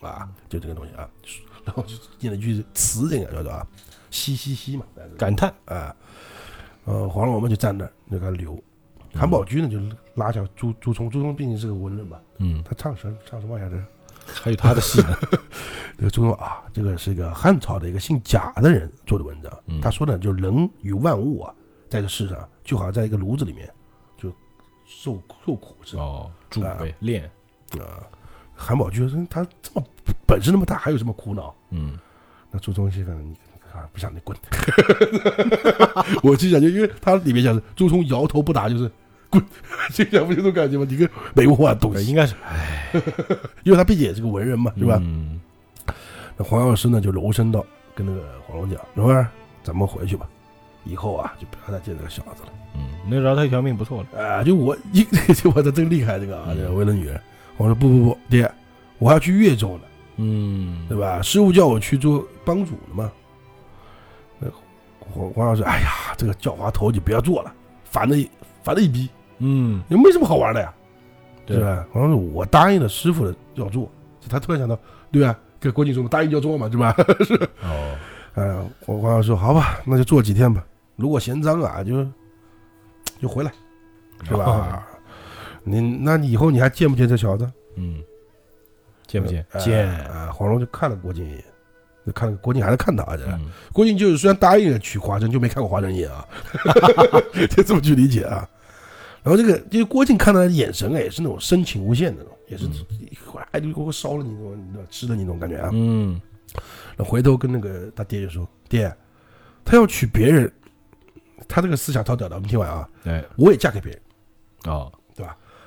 B: 啊，就这个东西啊。然后就念了一句词，这个叫做啊，嘻嘻嘻嘛，
A: 感叹，
B: 啊，呃，黄蓉我们就站那儿，就给他流。
A: 嗯
B: 韩宝驹呢，就拉下朱朱冲，朱冲毕竟是个文人嘛，
A: 嗯，
B: 他唱什唱什么玩意儿来着？
A: 还有他的戏呢， [LAUGHS]
B: 这个朱冲啊，这个是一个汉朝的一个姓贾的人做的文章。
A: 嗯
B: 他说呢，就是人与万物啊，在这世上就好像在一个炉子里面，就受受苦似的。
A: 哦，助呗，练，
B: 韩宝驹说他这么本事那么大，还有什么苦恼？
A: 嗯，
B: 那朱冲心想，你啊，不想你滚！ [LAUGHS] 我就想，就因为他里面讲的朱冲摇头不答，就是滚， [LAUGHS] 就想不就这种感觉吗？你个没文化的东
A: 对，
B: 西，
A: 应该是，哎，
B: 因为他毕竟也是个文人嘛，对吧？
A: 嗯，
B: 那黄药师呢就柔声道，跟那个黄蓉讲：“蓉儿，咱们回去吧，以后啊就不要再见这个小子了。
A: 嗯，能饶他一条命不错了，”
B: 啊，就我 [LAUGHS] 一就我这真厉害，这个啊，
A: 嗯
B: 这个为了女人，我说不不不，爹，我要去越州了，
A: 嗯，
B: 对吧？师傅叫我去做帮主了嘛。那黄黄药师，哎呀，这个叫花头就不要做了，烦的烦的一逼，
A: 嗯，
B: 也没什么好玩的呀，
A: 对
B: 是吧？黄药师，我答应了师啊 [LAUGHS] 傅的要做，他突然想到，对吧？跟郭靖说，我答应就要做嘛，对吧？
A: 哦，
B: 呃，我我要说好吧，那就做几天吧。如果嫌脏啊，就就回来，对
A: 哦
B: 吧？你那你以后你还见不见这小子？
A: 嗯，见不见？
B: 呃
A: 见。
B: 啊、黄蓉就看了郭靖一眼，就看了郭靖还是看他去。
A: 嗯
B: 郭靖就是虽然答应了娶华筝，就没看过华筝一眼
A: [LAUGHS]
B: 啊，就这么去理解啊。然后这个就是郭靖看他的眼神啊，也是那种深情无限的那种，也是哎就给我烧了你那种，你知道吃了你那种感觉啊。
A: 嗯，
B: 然后回头跟那个他爹就说：“爹，他要娶别人，他这个思想超屌的，我们听完啊，
A: 哎，
B: 我也嫁给别人，
A: 哦，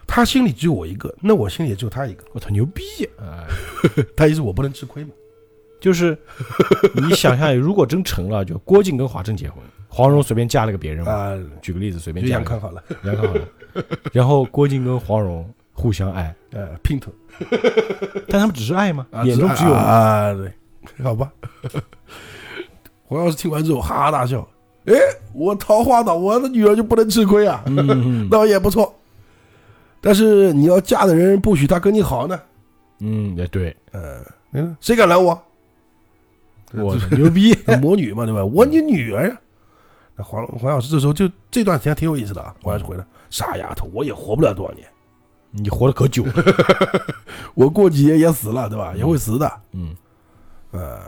B: 他心里只有我一个，那我心里也只有他一个，
A: 我操，牛逼！哎，
B: 他意思我不能吃亏嘛。
A: 就是你想象，如果真成了，就郭靖跟华筝结婚，黄蓉随便嫁了个别人嘛，
B: 啊，
A: 举个例子，随便
B: 就
A: 嫁
B: 杨
A: 了
B: 康好了，
A: 个，然后呢然后郭靖跟黄蓉互相爱，
B: 呃，姘头。”
A: [LAUGHS] 但他们只是爱吗
B: 啊，？
A: 眼中只有
B: 啊，对，好吧。黄药师听完之后哈哈大笑，哎，我桃花岛，我的女儿就不能吃亏啊，
A: 嗯嗯
B: 那也不错。但是你要嫁的人不许他跟你好呢，
A: 嗯，也 [LAUGHS] 对，
B: 嗯、呃，谁敢拦我？
A: 我牛逼，
B: 魔女嘛，对吧？我你女儿呀。那黄黄药师这时候就这段时间挺有意思的啊，黄药师回来，傻丫头，我也活不了多少年，
A: 你活了可久 [LAUGHS] 了，
B: 我过几年也死了，对吧？也会死的。
A: 嗯
B: 呃，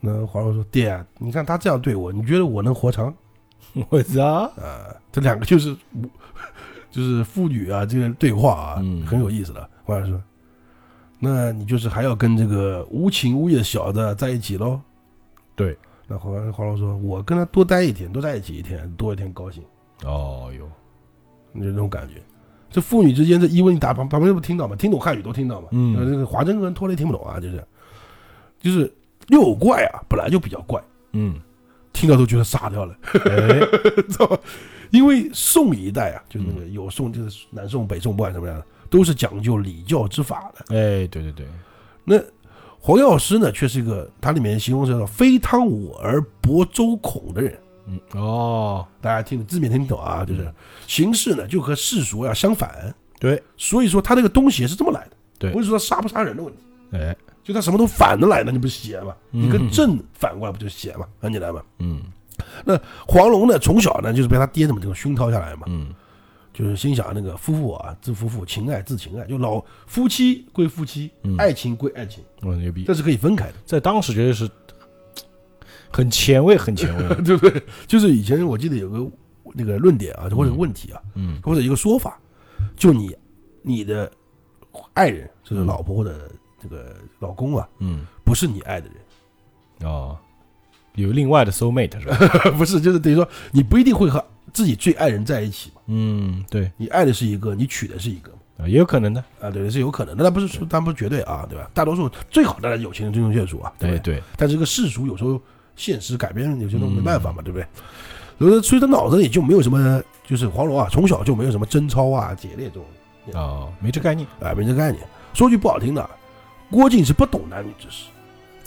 B: 那黄蓉说：“爹，你看他这样对我，你觉得我能活长？”
A: [LAUGHS] 我操，
B: 呃，这两个就是 [LAUGHS] 就是父女啊，这个对话啊，
A: 嗯
B: 很有意思的。我想说，那你就是还要跟这个无情无义的小子在一起喽？
A: 对。
B: 那黄黄蓉说：“我跟他多待一天，多在一起一天，多一天高兴。
A: 哦哟，”
B: 你就那种感觉。这父女之间这一问一答，旁旁边不听到吗？听懂汉语都听到吗？
A: 嗯
B: 呃这个华筝跟拖雷听不懂啊，就是就是六怪啊，本来就比较怪，
A: 嗯，
B: 听到都觉得傻掉了。
A: 哎，
B: [LAUGHS] 知道吗？因为宋一代啊，就是那个
A: 嗯
B: 有宋，就是南宋、北宋，不管怎么样，都是讲究礼教之法的。
A: 哎，对对对，
B: 那黄药师呢，却是一个他里面形容是叫“非汤我而薄周孔”的人。
A: 嗯，哦，
B: 大家听字面听懂
A: 嗯
B: 啊，就是形式呢就和世俗要、啊相反，
A: 对，
B: 所以说他这个东西也是这么来的。
A: 对
B: 不是说杀不杀人的问题，
A: 哎，
B: 就他什么都反着来的，你不是邪吗？你跟
A: 嗯
B: 正反过来不就邪吗？很简单嘛。
A: 嗯
B: 黄蓉呢，从小呢就是被他爹这么这个熏陶下来嘛，
A: 嗯
B: 就是心想那个夫妇啊，自夫妇，情爱自情爱，就老夫妻归夫妻，
A: 嗯，
B: 爱情归爱情，
A: 我牛逼，
B: 这是可以分开的， [LAUGHS]
A: 在当时绝对是很前卫，很前卫，
B: 对不对？就是以前我记得有个那个论点啊，或者问题啊，
A: 嗯
B: 或者一个说法，就你你的爱人，就是老婆或者这个老公啊，
A: 嗯，
B: 不是你爱的人， [LAUGHS]
A: 哦，有另外的 soul mate 是吧？
B: 不是，就是等于说你不一定会和自己最爱人在一起嘛，
A: 嗯，对，
B: 你爱的是一个，你娶的是一个嘛。
A: 啊，也有可能的，
B: 啊，对，是有可能的，但不是说，但不是绝对啊，对吧？大多数最好当然有情人终成眷属啊，对不
A: 对
B: 对？
A: 对，
B: 但这个世俗有时候现实改变，有些东西没办法嘛，对不对？所以说，所以他脑子里就没有什么，就是黄蓉啊，从小就没有什么贞操啊、节烈这种
A: 哦，没这概念，
B: 啊、没这概念。说句不好听的，郭靖是不懂男女之事，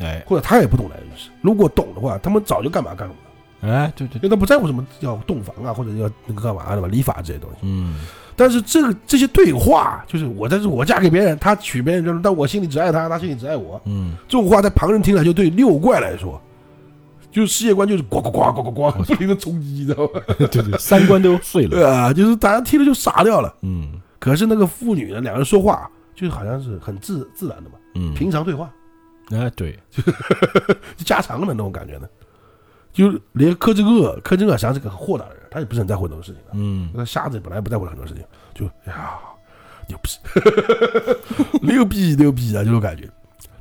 A: 哎
B: 或者他也不懂男女之事。如果懂的话，他们早就干嘛干嘛，
A: 哎，对对
B: 因，为他不在乎什么要洞房啊，或者要那个干嘛的嘛，礼法这些东西。
A: 嗯
B: 但是这个这些对话，就是我在这我嫁给别人，他娶别人，但我心里只爱他，他心里只爱我，
A: 嗯，
B: 这种话在旁人听来，就对六怪来说，就是世界观就是呱呱呱呱呱呱不停的冲击，你知道吗？
A: 对对， [LAUGHS] 三观都碎了，
B: [LAUGHS] 对啊，就是大家听了就傻掉了。
A: 嗯
B: 可是那个妇女呢，两个人说话就好像是很自自然的嘛，
A: 嗯，
B: 平常对话，
A: 哎对，
B: 就家常的那种感觉呢。就是连柯镇恶，柯镇恶实际上是个很豁达的人，他也不是很在乎很多事情的。
A: 嗯
B: 那瞎子本来也不在乎很多事情，就哎呀牛逼， [LAUGHS] 牛逼牛逼啊，这种感觉。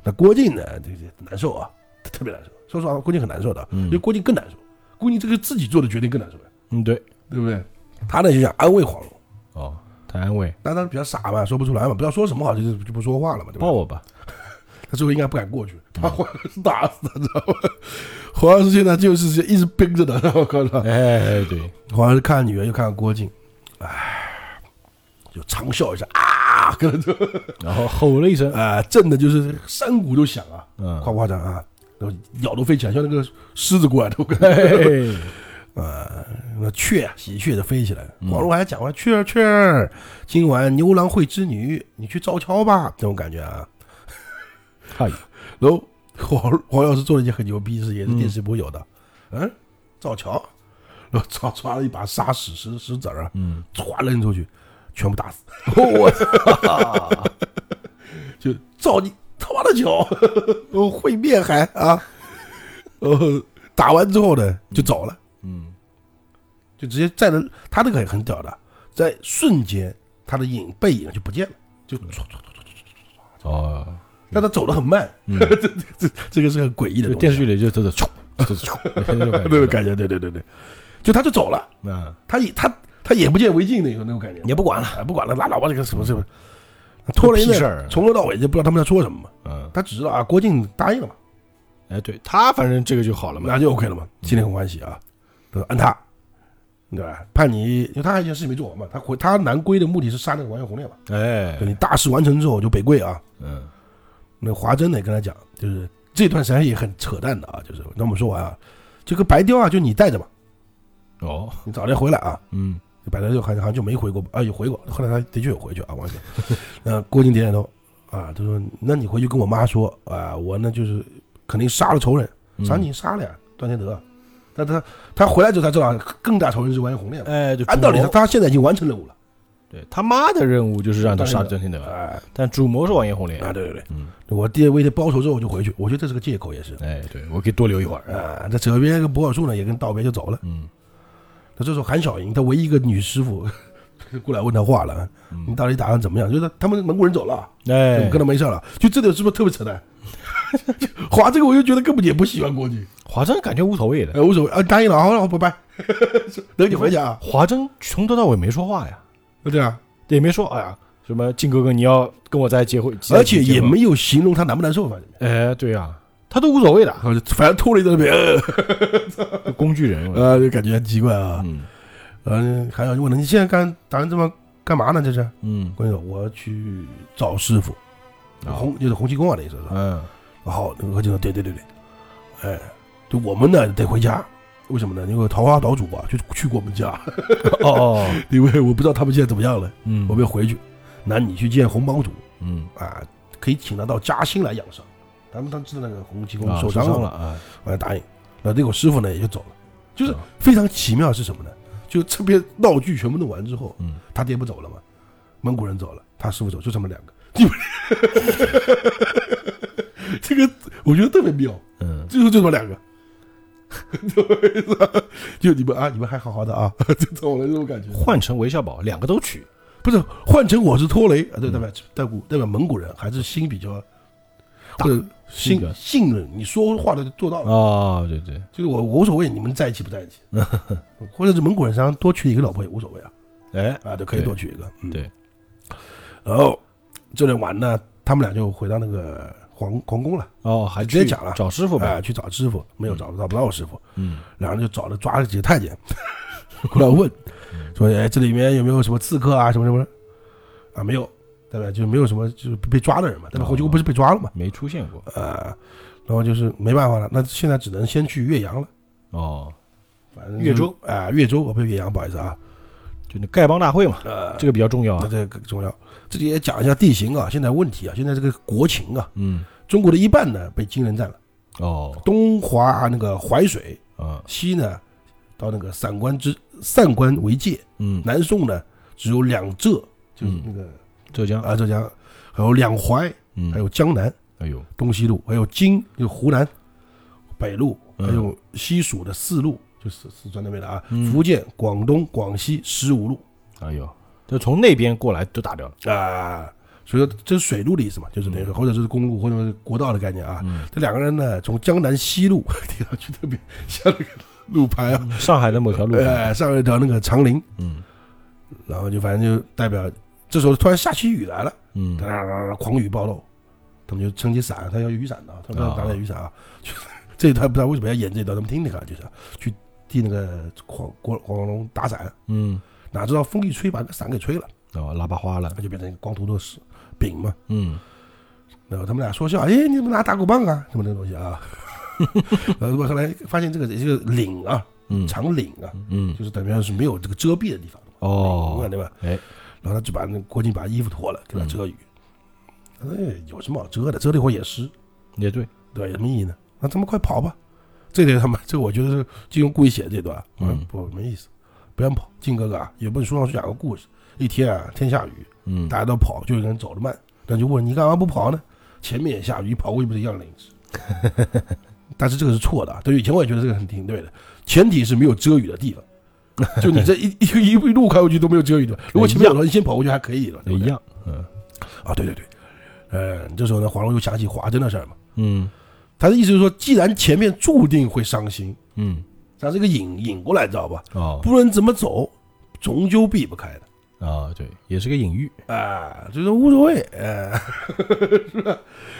B: 那郭靖呢，这个难受啊，特别难受。说实话，郭靖很难受的，因为
A: 嗯
B: 郭靖更难受，郭靖这个自己做的决定更难受了，
A: 嗯对，
B: 对不对？他呢就想安慰黄蓉，
A: 哦，他安慰，
B: 但他比较傻嘛，说不出来嘛，不知道说什么好，啊就是就不说话了嘛，对吧
A: 抱？我
B: [LAUGHS]
A: 吧，
B: 他最后应该不敢过去，他黄药师打死他，知道吗？ [LAUGHS] 黄药师现在就是一直冰着的， [LAUGHS] 我靠！
A: 哎对，
B: 黄药师看女儿又看郭靖，唉，就长啸一声啊，跟着就
A: 然后吼了一声，
B: 啊，震的就是山谷都响啊，
A: 嗯，
B: 夸不夸张啊？然后鸟都飞起来，像那个狮子过来的，我跟
A: 嘿，
B: 呃， [LAUGHS] 那雀啊喜鹊的飞起来，
A: 嗯
B: 黄蓉还讲话雀儿雀儿，今晚牛郎会织女，你去造桥吧，这种感觉啊。
A: 嗨，
B: 然后 [LAUGHS] 黄黄药师做了一件很牛逼的事，也是电视不会有的，嗯，造桥，然后抓抓了一把沙石石石子儿啊，
A: 嗯，
B: 歘扔出去，全部打死，
A: [LAUGHS] 我操，
B: 就造你他妈的桥，我会面还啊，然后打完之后呢就走了，
A: 嗯
B: 就直接在那他那个很很屌的，在瞬间他的影背影就不见了，就
A: 嗯哦，
B: 但他走得很慢，
A: 嗯
B: [LAUGHS] 这这这个是很诡异的
A: 就
B: 东西
A: 电视剧里就真的
B: [LAUGHS]
A: 冲，就是冲，
B: 那种感觉，对对对对，就他就走了。
A: 啊，
B: 他也他他眼不见为净的有那种感觉，
A: 也不管了，
B: 哎不管了，拉倒吧，这个什么什么，拖了一
A: 屁
B: 阵
A: 事儿
B: 儿，从头到尾就不知道他们在说什么嘛。
A: 嗯，
B: 他只知道啊，郭靖答应了嘛，
A: 哎，对他反正这个就好了嘛，
B: 那就 OK 了嘛，心里很欢喜啊。他说安踏，对吧？叛逆，因为他还有一件事情没做完嘛，他回他南归的目的是杀那个完颜洪烈嘛。
A: 哎
B: 就，你大事完成之后就北归啊。
A: 嗯
B: 那华筝呢也跟他讲，就是这段时间也很扯淡的啊，就是那我们说完啊，这个白雕啊，就你带着吧，
A: 哦，
B: 你早点回来啊。
A: 嗯
B: 白德就好像好像就没回过，啊，有回过，后来他的确有回去啊，忘记了。
A: [LAUGHS]
B: 那郭靖点点头，啊，他说：“那你回去跟我妈说，啊，我呢就是肯定杀了仇人，
A: 嗯
B: 啥你杀了呀，段天德。”但他他回来之后才知道，更大仇人是完颜洪烈嘛。
A: 哎，就
B: 按道理
A: 主
B: 他
A: 谋
B: 他现在已经完成任务了，
A: 对他妈的任务就是让他杀
B: 当然
A: 张天德，
B: 哎，
A: 但主谋是王彦红
B: 啊，
A: 莲，
B: 对对对，
A: 嗯，
B: 我爹为他报仇之后我就回去，我觉得这是个借口也是。
A: 哎，对我可以多留一会儿，
B: 啊，这哲边跟博尔术呢也跟道别就走了。
A: 嗯
B: 那这时候韩小莹她唯一一个女师傅 [LAUGHS] 过来问他话了，你
A: 嗯，
B: 到底打算怎么样？就是他们蒙古人走了。
A: 哎
B: 我跟，他没事了。就这点是不是特别扯淡？ [LAUGHS] 划这个我就觉得根本也不喜欢郭靖，
A: 华筝感觉无所谓的，
B: 哎，无所谓啊，答应了，好，好，拜 [LAUGHS] 拜，等你回家啊，
A: 华筝从头到尾没说话呀，
B: 就这样，
A: 也没说哎呀什么靖哥哥你要跟我再结婚，
B: 而且也
A: 结婚
B: 没有形容他难不难受，反正，
A: 哎，对呀、他都无所谓的，
B: 然后就嗯反正吐了一顿别，
A: 工具人嘛。
B: 呃，啊就感觉很奇怪啊。
A: 嗯
B: 嗯，还有人问了，你现在干打算这么干嘛呢？这是，
A: 嗯，
B: 关键我要去找师傅，
A: 然后
B: 洪就是洪七公啊的意思是吧？ [LAUGHS]
A: 嗯
B: 然后那个何进说对对对对，哎，就我们呢得回家，为什么呢？因为桃花岛主啊，就去过我们家， [LAUGHS]
A: 哦哦，
B: 因为我不知道他们现在怎么样了。
A: 嗯
B: 我们要回去，那你去见红帮主
A: 嗯
B: 啊，可以请他到嘉兴来养伤。咱们当时知道那个洪七公
A: 啊
B: 受
A: 受
B: 伤
A: 伤
B: 了，
A: 了啊，
B: 我要答应。那那个师傅呢也就走了，就是
A: 啊
B: 非常奇妙是什么呢？就这边闹剧全部弄完之后，
A: 嗯，
B: 他爹不走了嘛，蒙古人走了，他师傅走，就这么两个。 [LAUGHS] 你们这个我觉得特别妙，
A: 嗯
B: 就是就这么两个， [LAUGHS] 就你们啊，你们还好好的啊， [LAUGHS] 就走了这种感觉。
A: 换成韦小宝，两个都娶，
B: 不是换成我是托雷
A: 嗯
B: 啊，对，代表代古代表蒙古人还是心比较
A: 大
B: 或者
A: 性格
B: 信信任，你说话的就做到了，
A: 哦，对对，
B: 就是我无所谓你们在一起不在
A: [LAUGHS]
B: 一起，或者是蒙古人身上多娶一个老婆也无所谓啊，
A: 哎，
B: 啊，对，可以多娶一个，嗯
A: 对。
B: 然后这里完呢，他们俩就回到那个皇皇宫了，
A: 哦，还
B: 直接
A: 去
B: 讲了
A: 找师傅
B: 啊、
A: 呗，
B: 去找师傅，没有找找不到师傅，
A: 嗯
B: 然后就找了抓了几个太监过来问，
A: 嗯
B: 说哎这里面有没有什么刺客啊什么什么的啊没有，对吧？就没有什么就是被抓的人嘛，对吧？
A: 哦
B: 后宫不是被抓了嘛，
A: 没出现过，
B: 啊，然后就是没办法了，那现在只能先去岳阳了，
A: 哦，
B: 反正
A: 岳州
B: 啊岳州，我不是岳阳，不好意思啊，
A: 就那丐帮大会嘛，
B: 呃，
A: 这个比较重要
B: 那
A: 啊，
B: 这个重要，这里也讲一下地形啊，现在问题啊，现在这个国情啊，
A: 嗯，
B: 中国的一半呢被金人占了，
A: 哦，
B: 东华啊那个淮水，
A: 啊，
B: 西呢到那个散关之散关为界。
A: 嗯，
B: 南宋呢，只有两浙，就是那个、
A: 浙江，
B: 啊浙江，还有两淮，
A: 嗯，
B: 还有江南、
A: 哎呦，
B: 东西路，还有荆，就是湖南北路，
A: 嗯
B: 还有西蜀的四路，就是四川那边的啊，
A: 嗯
B: 福建、广东、广西十五路
A: 哎呦，就从那边过来都打掉了，
B: 啊。所以说这是水路的意思嘛，就是那个，或者是公路或者是国道的概念啊。
A: 嗯，
B: 这两个人呢，从江南西路 [LAUGHS] 听上去特别像那个路牌啊，
A: 上海的某条路，
B: 呃，上了一条那个长林，
A: 嗯
B: 然后就反正就代表，这时候突然下起雨来了。
A: 嗯
B: 哒，哒哒哒狂雨暴漏，他们就撑起伞，他要雨伞的啊，他们要拿点雨伞啊。就这一段不知道为什么要演这一段，他们听听看，就是去替那个黄郭黄龙打伞，
A: 嗯，
B: 哪知道风一吹把那个伞给吹了，
A: 哦，喇叭花了，
B: 那就变成一个光秃秃的石饼嘛。
A: 嗯
B: 然后他们俩说笑，哎，你怎么拿打狗棒啊？什么那个东
A: [LAUGHS]
B: 西啊？然后后来发现这个这个岭啊，
A: 嗯
B: 长岭啊，
A: 嗯，
B: 就是等于是没有这个遮蔽的地方，明白
A: 哦，
B: 对吧？
A: 哎，嗯
B: 然后他就把那郭靖把衣服脱了，给他遮雨。哎，有什么好遮的？遮了一会儿也湿。
A: 也对，
B: 对对，有什么意义呢？那他们快跑吧！这点他妈，这我觉得是金庸故意写的这段，啊
A: 嗯
B: 不没意思，不愿跑。金哥哥啊，有本书上是讲个故事，一天啊，天下雨，
A: 嗯
B: 大家都跑，就有一个人走得慢，那就问你干嘛不跑呢？前面也下雨，跑过去不是一样淋湿？ [LAUGHS] 但是这个是错的啊，对，以前我也觉得这个很挺对的，前提是没有遮雨的地方，就你这一 [LAUGHS] 一一路开过去都没有遮雨的，如果前面有人先跑过去还可以了，对不
A: 一
B: 对？
A: 样，嗯
B: 啊，对对对，嗯，这时候呢，黄蓉又想起华筝的事儿嘛，
A: 嗯
B: 他的意思就是说，既然前面注定会伤心，
A: 嗯，
B: 它是个引引过来，知道吧？
A: 哦
B: 不论怎么走，终究避不开的。
A: 啊，对，也是个隐喻，
B: 啊，就是无所谓，呃，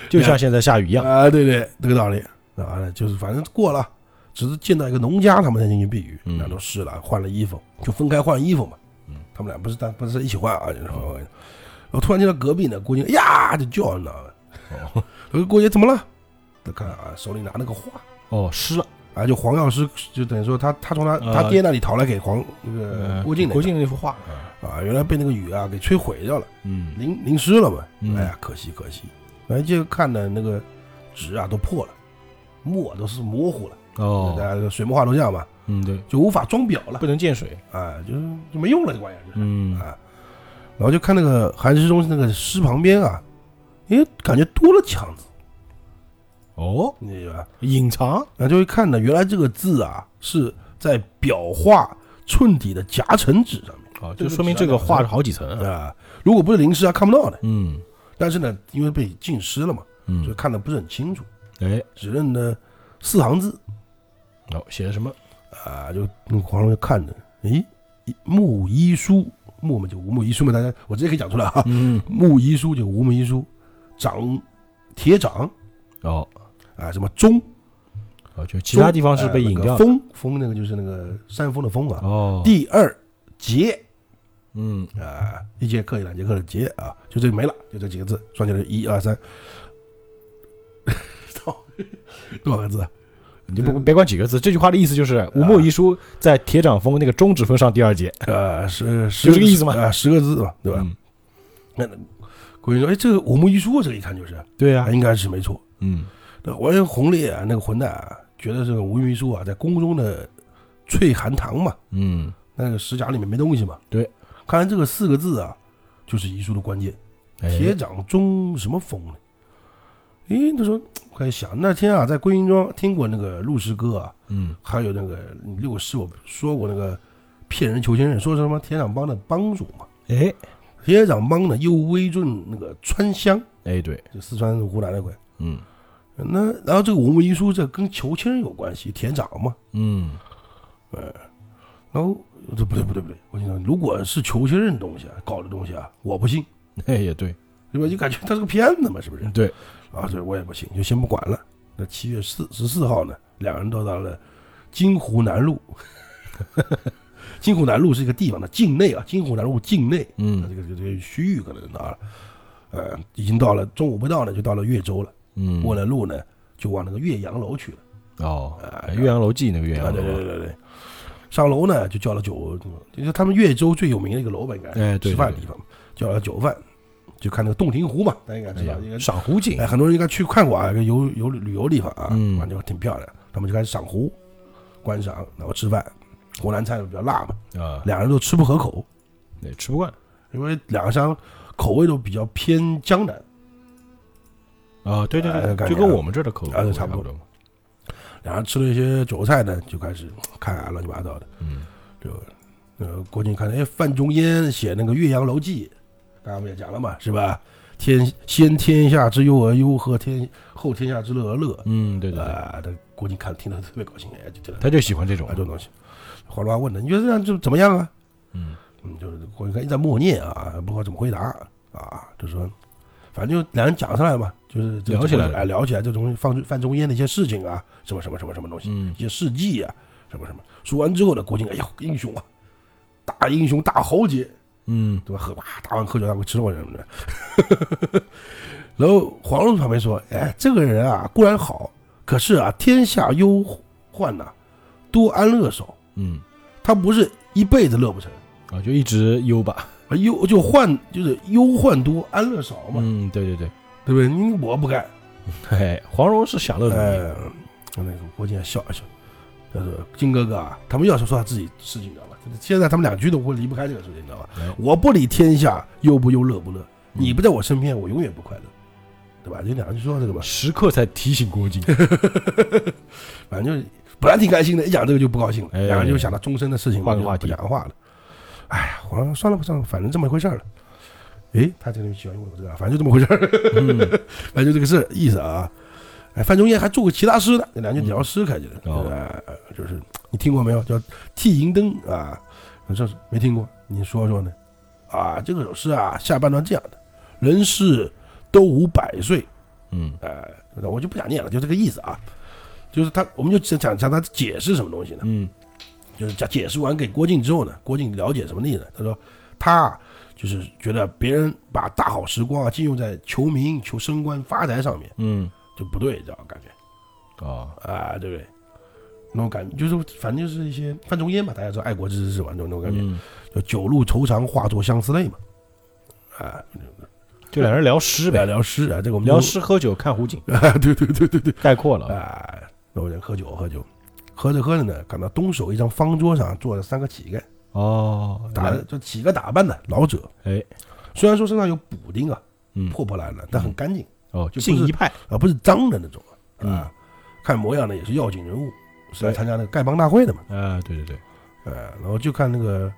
A: 就像现在下雨一样，
B: 啊，对对，这个道理啊，就是反正过了，只是见到一个农家，他们才进行避雨，
A: 嗯
B: 那都湿了，换了衣服，就分开换衣服嘛。
A: 嗯哦
B: 他们俩不是但不是一起换啊，就是换换换我突然听到隔壁呢，郭靖哎呀就叫，你知道吧？
A: 哦
B: 我说郭靖怎么了？他看啊，手里拿了个花，
A: 哦湿了，
B: 啊，就黄药师就等于说他他从他
A: 呃
B: 他爹那里逃来给黄那个
A: 呃
B: 郭靖的
A: 郭靖的那幅画，
B: 啊，原来被那个雨啊给吹毁掉了，
A: 嗯
B: 淋淋湿了嘛。
A: 嗯
B: 哎呀，可惜可惜。哎，就看的那个纸啊都破了，墨都是模糊了，大
A: 哦
B: 家水墨画都这样嘛，
A: 嗯对，
B: 就无法装裱了
A: 不能见水，
B: 啊，就是就没用了这玩意儿就是。
A: 嗯
B: 啊，然后就看那个韩世忠那个诗旁边啊，哎，感觉多了强子，
A: 哦
B: 你知道吧？
A: 隐藏，
B: 然后就会看呢，原来这个字啊是在裱画寸底的夹层纸上面
A: 哦
B: 这
A: 就
B: 个
A: 说明
B: 纸
A: 这
B: 啊
A: 个画
B: 两
A: 了好几层啊，
B: 啊、如果不是淋湿啊，看不到的。
A: 嗯
B: 但是呢，因为被浸湿了嘛，所以
A: 嗯，
B: 看的不是很清楚，
A: 哎，
B: 只认得四行字
A: 哦写的什么？
B: 啊、就那个黄蓉就看着，诶，一木医书，木嘛就无木医书嘛，大家我直接可以讲出来啊，
A: 嗯
B: 木医书就无木医书，掌铁掌
A: 哦
B: 啊、什么钟，
A: 哦，就其他地方是
B: 呃
A: 被
B: 那
A: 隐
B: 个
A: 掉的，
B: 风风那个就是那个山峰的峰啊，
A: 哦
B: 第二节。
A: 嗯
B: 啊，一节课一两节课的节啊，就这没了，就这几个字，算起来一二三，操，多少个字？啊
A: 你就不别管几个字，这句话的意思就是吴墨遗书在铁掌峰那个中指峰上第二节，
B: 呃，十十
A: 就这个意思吗
B: 啊，十个字嘛，对吧？
A: 嗯？
B: 那郭靖说：“哎，这个五木一书，这个一看就是，
A: 对呀
B: 啊，，应该是没错。
A: 嗯
B: 那完颜洪烈啊，那个混蛋啊，觉得这个吴一书啊，在宫中的翠寒堂嘛，
A: 嗯
B: 那个石匣里面没东西嘛。
A: 对，
B: 看来这个四个字啊，就是遗书的关键。”
A: 哎
B: 铁掌中什么风呢？诶，他说，我在想那天啊，在归云庄听过那个陆师哥啊，
A: 嗯
B: 还有那个六师，我说过那个骗人裘千仞，说什么铁掌帮的帮主嘛。
A: 哎
B: 铁掌帮呢，又威震那个川乡，
A: 哎对，
B: 就四川湖南那块。
A: 嗯
B: 那然后这个文文一书这跟裘千仞有关系，铁掌嘛。
A: 嗯
B: 然后这不对不对不对，我心想，如果是裘千仞的东西啊，搞的东西啊，我不信，
A: 哎也对，
B: 对吧？就感觉他是个骗子嘛，是不是？
A: 对，
B: 啊，这我也不行，就先不管了。那七月四十四号呢，两人到达了金湖南路。 [LAUGHS] 金湖南路是一个地方的境内啊，金湖南路境内，啊这
A: 嗯
B: 个这个这个区域可能到了，呃，已经到了中午不到呢，就到了岳州了。
A: 嗯，
B: 过了路呢，就往那个岳阳楼去了。
A: 哦，哎岳阳楼记那个岳
B: 啊，
A: 阳
B: 对对
A: 楼
B: 对
A: 啊，
B: 对对。上楼呢，就叫了酒，就是他们岳州最有名的一个楼吧，应该是
A: 哎对对
B: 吃饭的地方，叫了酒饭，就看那个洞庭湖嘛，大家应该
A: 哎
B: 知道，应
A: 呀，
B: 该
A: 赏湖景
B: 哎，，很多人应该去看过啊，一个游游旅游地方啊，
A: 嗯
B: 反正挺漂亮。他们就开始赏湖，观赏，然后吃饭。湖南菜比较辣嘛，
A: 啊，
B: 两人都吃不合口，
A: 也吃不惯
B: 因为两个乡口味都比较偏江南。
A: 啊，对对
B: 哎
A: 对
B: 感
A: 对，
B: 觉
A: 就跟我们这儿的口
B: 啊
A: 味
B: 对差不多
A: 多嘛，
B: 两人吃了一些韭菜呢，就开始看啊乱七八糟的，
A: 嗯
B: 就呃郭靖看，哎，范仲淹写那个《岳阳楼记》，刚刚不也讲了嘛，是吧？天先天下之忧而忧，和天后天下之乐而乐。
A: 嗯对对对，
B: 啊，这郭靖看听得特别高兴，哎，就听得
A: 他就喜欢这种
B: 啊，这，种东西。黄蓉还问他，你觉得这样就怎么样啊？
A: 嗯
B: 嗯，就是郭靖一直在默念啊，不知道怎么回答啊，就说，反正就两人讲上来嘛，就是这
A: 聊起来了
B: 哎，聊起来这东西，范范仲淹的一些事情啊，什么什么什么什么东西，
A: 嗯
B: 一些事迹啊，什么什么。说完之后呢，郭靖哎呀，英雄啊，大英雄大豪杰，
A: 嗯
B: 对吧？喝吧，打完喝酒他会吃肉什么的。 [LAUGHS] 然后黄蓉旁边说：“哎，这个人啊，固然好，可是啊，天下忧患呐、多安乐少。
A: 嗯，
B: 他不是一辈子乐不成，
A: 啊就一直悠吧，
B: 啊忧就患就是忧患多，安乐少嘛，
A: 嗯对对对，
B: 对不对？你我不干，
A: 嘿，黄蓉是享乐主义，
B: 哎，那个郭靖笑一笑，他说：“金哥哥啊，他们要是说他自己事情，你知道吧？现在他们两句都会离不开这个事情，你知道吧？
A: 哎
B: 我不理天下忧不忧，乐不乐，你不在我身边，我永远不快乐，对吧？就两句说到这个吧，
A: 时刻在提醒郭
B: [LAUGHS]
A: 靖，
B: 反正就是本来挺开心的，一讲这个就不高兴了，
A: 哎
B: 然后就想到终身的事情，
A: 换个
B: 就
A: 话题
B: 不讲话了。哎呀，皇上算了吧，算了，反正这么一回事儿了。”哎，他这个人喜欢用我这个，反正就这么回事儿，
A: 嗯
B: [LAUGHS] 反正就这个事儿意思啊。哎，范仲淹还做过其他诗呢，那两句聊诗开始的，
A: 嗯哦
B: 哎就是你听过没有？叫《替银灯》啊，这是没听过，你说说呢？啊，这个首诗啊，下半段这样的：人世都无百岁，
A: 嗯
B: 哎，我就不想念了，就这个意思啊。就是他，我们就讲讲讲他解释什么东西呢？
A: 嗯
B: 就是讲解释完给郭靖之后呢，郭靖了解什么意思呢？他说他就是觉得别人把大好时光啊禁用在求名、求升官、发财上面
A: 嗯，
B: 就不对，知道吧感觉
A: 哦，
B: 啊，对不对？那种感觉就是，反正就是一些范仲淹嘛，大家知道爱国之士是吧？那种那种感觉，
A: 嗯
B: 就酒入愁肠，化作相思泪嘛。啊，
A: 就两人聊诗
B: 聊
A: 呗，
B: 聊诗啊，这个我们就
A: 聊诗喝酒看湖景，
B: 啊， [LAUGHS] 对对对对对
A: 概括了，
B: 啊，那我就喝酒喝酒，喝着喝着呢，感到东手一张方桌上坐着三个乞丐，
A: 哦，
B: 打的就乞丐打扮的老者，
A: 哎，
B: 虽然说身上有补丁啊，
A: 嗯，
B: 破破烂烂，但很干净
A: 哦，
B: 就不
A: 进
B: 是
A: 一派，
B: 啊，不是脏的那种啊。
A: 嗯
B: 啊看模样呢也是要紧人物，是来
A: 对
B: 参加那个丐帮大会的嘛。
A: 啊，对对对，
B: 呃，然后就看那个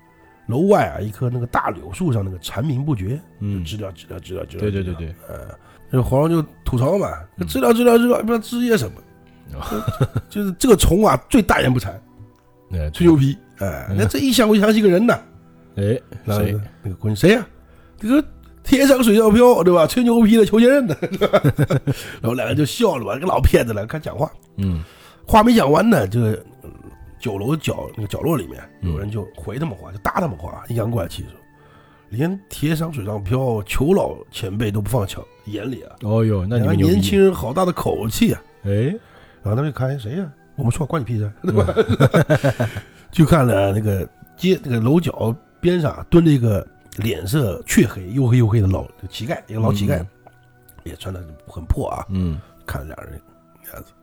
B: 楼外啊，一棵那个大柳树上那个蝉鸣不绝，
A: 嗯，
B: 知了知了知了知了。
A: 对对对，对，
B: 呃，这皇上就吐槽嘛
A: 嗯，哦
B: 知了知了知了，不知道枝叶什么，就就是这个虫啊，最大言不惭，
A: 哎，
B: 吹牛皮，哎、
A: 嗯
B: 那这一想我就想起个人呐，
A: 哎，
B: 然后
A: 谁
B: 那个关谁呀、这个天上水上漂，对吧？吹牛皮的裘千仞的， [LAUGHS] 然后两个人就笑了嘛，这个老骗子了，看讲话，
A: 嗯
B: 话没讲完呢，这个嗯酒楼角那个角落里面
A: 嗯
B: 有人就回他们话，就搭他们话，阴阳怪气说，连铁上水上漂，裘老前辈都不放巧眼里啊，
A: 哦哟，那你们
B: 人家
A: 牛逼
B: 年轻，人好大的口气啊！
A: 哎，
B: 然后他们就看谁呀、我们错关你屁事， [LAUGHS] 对吧？ [LAUGHS] 就看了那个街那个楼角边上蹲着一个脸色黢黑、黝黑黝黑的老乞丐，一个老乞丐，也穿的很破啊，
A: 嗯，
B: 看着俩人样子。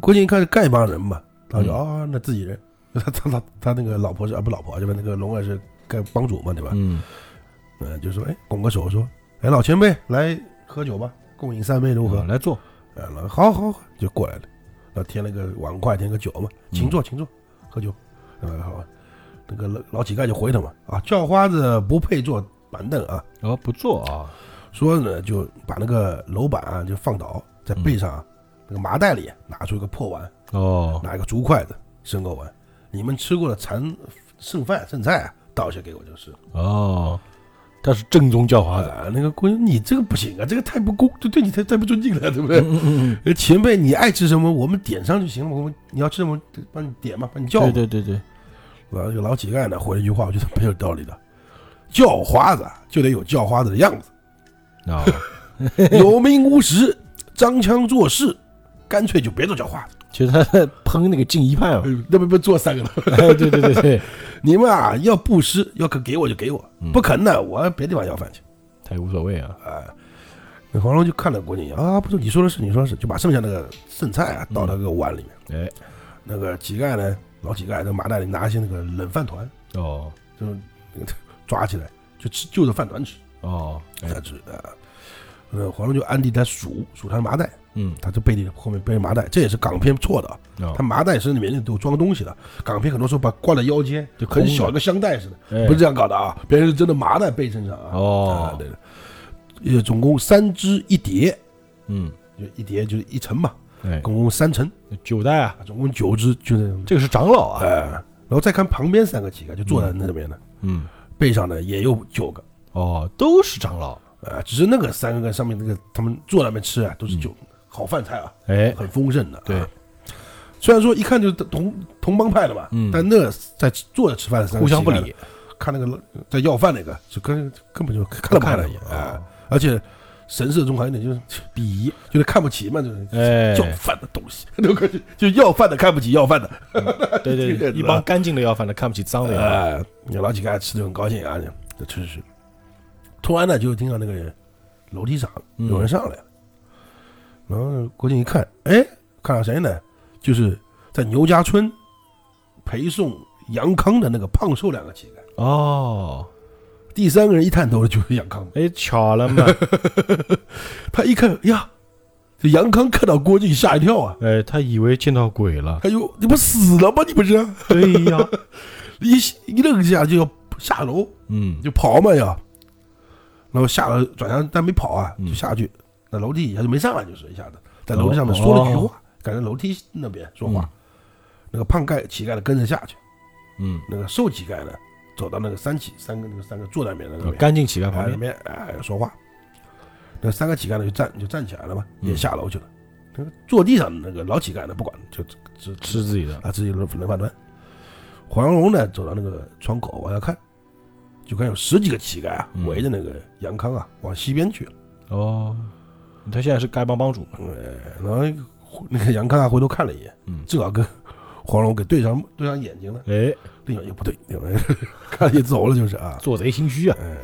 B: 郭靖一看是丐帮人嘛，他就
A: 嗯
B: 啊、那自己人， [LAUGHS] 他他他他那个老婆是啊不老婆对吧？那个龙儿是丐帮主嘛对吧？
A: 嗯
B: 嗯、就说哎拱个手说，哎老前辈来喝酒吧，共饮三杯如
A: 嗯，
B: 何？
A: 好来坐，
B: 哎，老好好好，就过来了，然后添了个碗筷，添个酒嘛，请坐，请坐，喝酒。嗯，好，那个老老乞丐就回他嘛，啊，叫花子不配坐板凳啊，
A: 哦，不坐啊，
B: 说呢就把那个楼板啊就放倒，在背上啊、那个麻袋里拿出一个破碗，
A: 哦，
B: 拿一个竹筷子伸个碗，你们吃过的残剩饭剩菜啊，倒下给我就是。
A: 哦，他是正宗叫花子，
B: 啊，那个姑娘，你这个不行啊，这个太不公，对对你太太不尊敬了，对不对？
A: 嗯嗯嗯，
B: 呃，前辈，你爱吃什么，我们点上就行了。我们你要吃什么，帮你点嘛，帮你叫
A: 对
B: 嘛。
A: 对对对，
B: 然后有老乞丐呢，回了一句话，我觉得没有道理的。叫花子啊就得有叫花子的样子，
A: 啊，
B: 有名无实，张腔作势，干脆就别做叫花子，
A: [LAUGHS] 其实他在喷那个进一 [LAUGHS] 派嘛，
B: 那不不做三个了。
A: 哎，对对对对，
B: 你们啊，要布施，要肯给我就给我
A: 嗯，
B: 不肯呢，我别地方要饭去。
A: 他也无所谓啊，
B: 那黄蓉就看了郭靖啊，不错，你说的是，你说的是，就把剩下那个剩菜啊倒到那个碗里面。
A: 哎，
B: 那个乞丐呢，老乞丐在麻袋里拿一些那个冷饭团，
A: 哦
B: 就是那个抓起来就吃，就着饭团吃，
A: 哦，哎
B: 他吃啊。呃，黄蓉就暗地在数数他的麻袋，
A: 嗯，
B: 他这背地里后面背着麻袋，这也是港片错的啊。
A: 哦
B: 他麻袋身里面都有装东西的，港片很多时候把挂在腰间，
A: 就空
B: 很
A: 的
B: 小一个香袋似的，
A: 哎
B: 不是这样搞的啊。别人是真的麻袋背身上啊。啊
A: 哦，
B: 对的，呃，总共三只一叠，
A: 嗯，
B: 就一叠就是一层嘛，
A: 哎，
B: 总共三层，
A: 九代啊，
B: 啊总共九只，就那种。
A: 这个是长老啊，
B: 哎，然后再看旁边三个乞丐，就坐在那边的，
A: 嗯，
B: 背上呢也有九个，
A: 哦，都是长老，
B: 呃，只是那个三个跟上面那个他们坐那边吃啊，都是酒，好饭菜啊，
A: 哎，
B: 很丰盛的、啊。
A: 嗯对，
B: 虽然说一看就是同同帮派的嘛，
A: 嗯
B: 但那在坐着吃饭的三个
A: 互相不
B: 乞丐呢，
A: 理，
B: 看那个在要饭那个，就根根本就看都不看了一眼
A: 哦
B: 啊，而且神色中还有点就是 [LAUGHS] 鄙夷，就是看不起嘛，就是。
A: 哎，
B: 要饭的东西， [LAUGHS] 那种感觉就要饭的看不起要饭的，
A: 对 [LAUGHS] 对对，一帮干净的要饭的看不起脏的要饭，
B: 哎，有老乞丐吃的很高兴啊，就吃吃吃。突然呢，就听到那个楼梯上
A: 嗯
B: 有人上来了，然后郭靖一看，哎，看到谁呢？就是在牛家村陪送杨康的那个胖瘦两个乞丐。
A: 哦，
B: 第三个人一探头就是杨康，
A: 哎，巧了 [LAUGHS] 嘛，
B: 他一看呀，这杨康看到郭靖吓一跳啊，
A: 哎，他以为见到鬼了。
B: 哎呦，你不死了吗？你不是啊
A: 对呀，
B: 一一愣一下就要下楼
A: 嗯，
B: 就跑嘛呀，然后下了转向但没跑啊，
A: 嗯
B: 就下去，那楼梯底下就没上来，就是一下子在楼梯上面说了句
A: 哦
B: 话，赶在楼梯那边说话，那个胖盖乞丐的跟着下去，
A: 嗯，
B: 那个瘦乞丐呢走到那个三乞三个那个三个坐在那边的那
A: 嗯，
B: 边，
A: 干净乞丐
B: 哎
A: 旁
B: 里
A: 边。
B: 面哎说话，那三个乞丐呢就站就站起来了嘛，
A: 嗯
B: 也下楼去了，那个坐地上的那个老乞丐呢不管就只只
A: 吃自己的，
B: 啊，自己轮轮番端。黄蓉呢，走到那个窗口往下看，就看有十几个乞丐啊，
A: 嗯
B: 围着那个杨康啊，往西边去了。嗯
A: 哦，他现在是丐帮帮主嘛？
B: 然后那个那个杨康啊，回头看了一眼，
A: 嗯
B: 正好跟黄蓉给对上对上眼睛了，
A: 哎，
B: 另一眼又不对，另一眼 [LAUGHS] 看也走了就是啊。
A: 做贼心虚啊！
B: 嗯，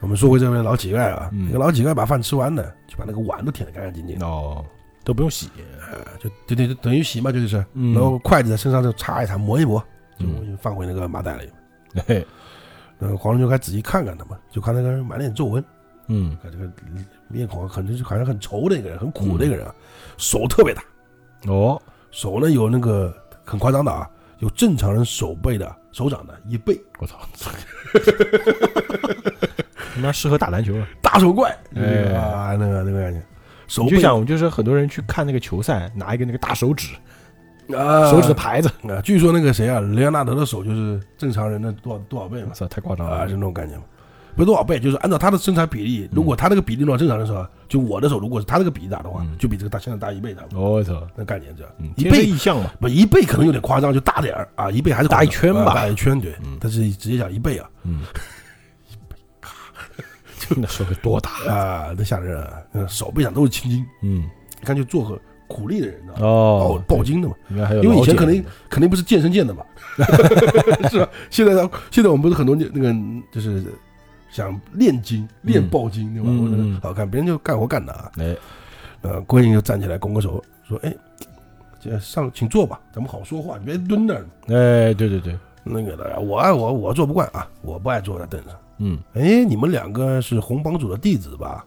B: 我们说回这位老乞丐啊，
A: 嗯
B: 那个老乞丐把饭吃完呢，就把那个碗都舔得干干净净的，
A: 哦，都不用洗，
B: 啊就就就就等于洗嘛，就是，
A: 嗯
B: 然后
A: [LAUGHS]
B: 筷子在身上就擦一擦，磨一磨，就
A: 嗯
B: 就放回那个麻袋里。
A: 嘿，
B: 然后呃黄蓉就该仔细看看他嘛，就看那个人满脸皱纹，
A: 嗯，
B: 看这个面孔啊可能就好像很愁的一个人，很苦的一个人
A: 嗯
B: 啊，手特别大，
A: 哦，
B: 手呢有那个很夸张的啊，有正常人手背的手掌的一倍，
A: 我操，他妈适合打篮球啊！
B: 大手怪，
A: 哎
B: 就是这个啊，那个那个感觉，手
A: 你
B: 背
A: 就想，就是很多人去看那个球赛，拿一个那个大手指，
B: 啊，
A: 手指的牌子，
B: 啊，据说那个谁啊，雷昂纳德的手就是正常人的多少多少倍
A: [LAUGHS] 我
B: 嘛，
A: 操，太夸张
B: 啊，就
A: 了！
B: 那种感觉嘛。不是多少倍，就是按照他的身材比例，
A: 嗯
B: 如果他那个比例落正常的时候，就我的手如果是他那个比例大的话，
A: 嗯
B: 就比这个大现在大一倍大嘛，
A: 哦我操，
B: 那概念这样
A: 嗯，，
B: 一
A: 天生
B: 倍
A: 异象嘛，
B: 不一倍可能有点夸张，就大点儿啊，一倍还是
A: 大一圈吧
B: 啊大一圈对
A: 嗯，
B: 但是直接讲一倍啊
A: 嗯， [LAUGHS] 就那手有多大？
B: 啊，那吓人啊，那手背上都是青筋，
A: [LAUGHS] 嗯，
B: 你看就做个苦力的人啊，爆
A: 哦，
B: 爆筋的嘛，
A: 应该还有
B: 因
A: 老
B: 为以前
A: 茧
B: 可能肯定不是健身
A: [LAUGHS]
B: 健的嘛， [LAUGHS] 是吧？现在现在我们不是很多那个就是想练筋、练爆筋对吧？
A: 嗯
B: 或者
A: 嗯
B: 好看，别人就干活干的啊，
A: 哎，
B: 呃，郭靖就站起来拱个手说：“哎，这上请坐吧，咱们好说话，你别蹲那儿。”
A: 哎，对对对，
B: 那个的，我爱我我做不惯啊，我不爱坐在凳上。
A: 嗯，
B: 哎，你们两个是红帮主的弟子吧？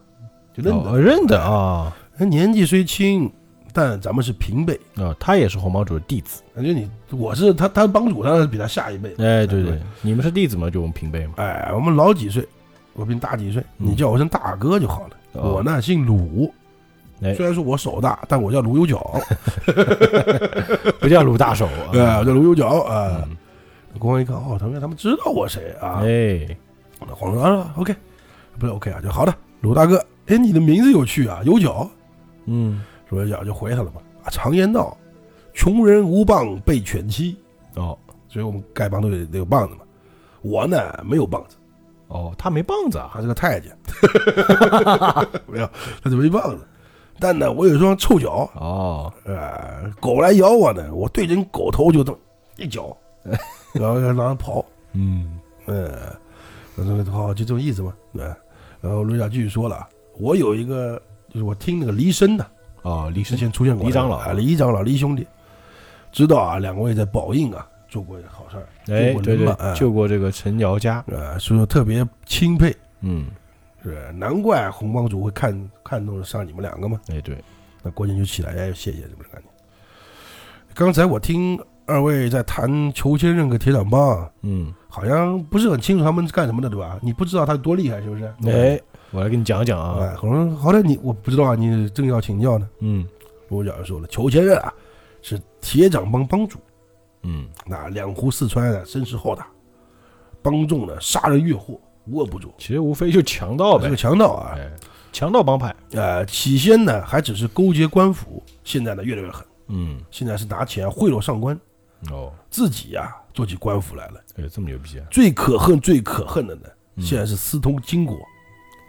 B: 就认得，
A: 哦认得啊，
B: 哎年纪虽轻，但咱们是平辈。
A: 啊，他也是红帮主的弟子。
B: 感觉你我是他，他帮主当然是比他下一辈。
A: 哎，对对，你们是弟子嘛，就我们平辈嘛。
B: 哎，我们老几岁，我比你大几岁，
A: 嗯
B: 你叫我声大哥就好了。
A: 哦
B: 我呢姓鲁，
A: 哎哦
B: 虽然说我手大，但我叫鲁有脚，
A: [LAUGHS] 不叫鲁大手
B: [LAUGHS] 哎、
A: 啊。
B: 我叫鲁有脚啊。
A: 嗯
B: 国王一看，哦，他们他们知道我谁啊？
A: 哎，
B: 那黄蓉啊，OK，不是 OK 啊，就好的，鲁大哥，哎，你的名字有趣啊，有脚，
A: 嗯，
B: 鲁有脚就回他了嘛，啊，常言道，穷人无棒被犬欺，
A: 哦
B: 所以我们丐帮都得得有棒子嘛，我呢没有棒子，
A: 哦，他没棒子
B: 他
A: 啊。
B: 是个太监， [LAUGHS] 没有，他是没棒子，但呢，我有一双臭脚，
A: 哦，
B: 呃，狗来咬我呢，我对准狗头就这么一脚，然后让它跑，
A: 嗯，
B: 嗯，我说好，就这种意思嘛。对，然后卢小继续说了，啊我有一个，就是我听那个黎生的
A: 哦，离
B: 之
A: 身
B: 前出现过的
A: 黎长老
B: 啊，黎长老黎兄弟，知道啊，两位在宝应啊做过好事儿，
A: 哎，对
B: 救过人嘛
A: 对，
B: 哎
A: 救过这个陈瑶家。
B: 呃，所以说特别钦佩，
A: 嗯，
B: 是难怪红帮主会看看中上你们两个嘛。
A: 哎对，
B: 那郭靖就起来，哎，谢谢这么感觉。刚才我听二位在谈裘千仞和铁掌帮啊，
A: 嗯，
B: 好像不是很清楚他们是干什么的，对吧？你不知道他有多厉害，是不是？
A: 哎，我来给你讲讲啊。
B: 哎，可能好歹你我不知道啊，你正要请教呢。
A: 嗯
B: 罗小就说了，裘千仞啊是铁掌帮帮主，
A: 嗯，
B: 那两湖四川啊声势浩大，帮众呢杀人越货，无恶不作，
A: 其实无非就强盗哦
B: 是
A: 呗
B: 个。强盗啊。
A: 哎，强盗帮派。
B: 呃，起先呢还只是勾结官府，现在呢越来越狠，
A: 嗯，
B: 现在是拿钱贿赂上官，
A: 哦，
B: 自己呀、做起官府来了。
A: 哎，这么牛逼啊！
B: 最可恨、最可恨的呢，
A: 嗯
B: 现在是私通金国，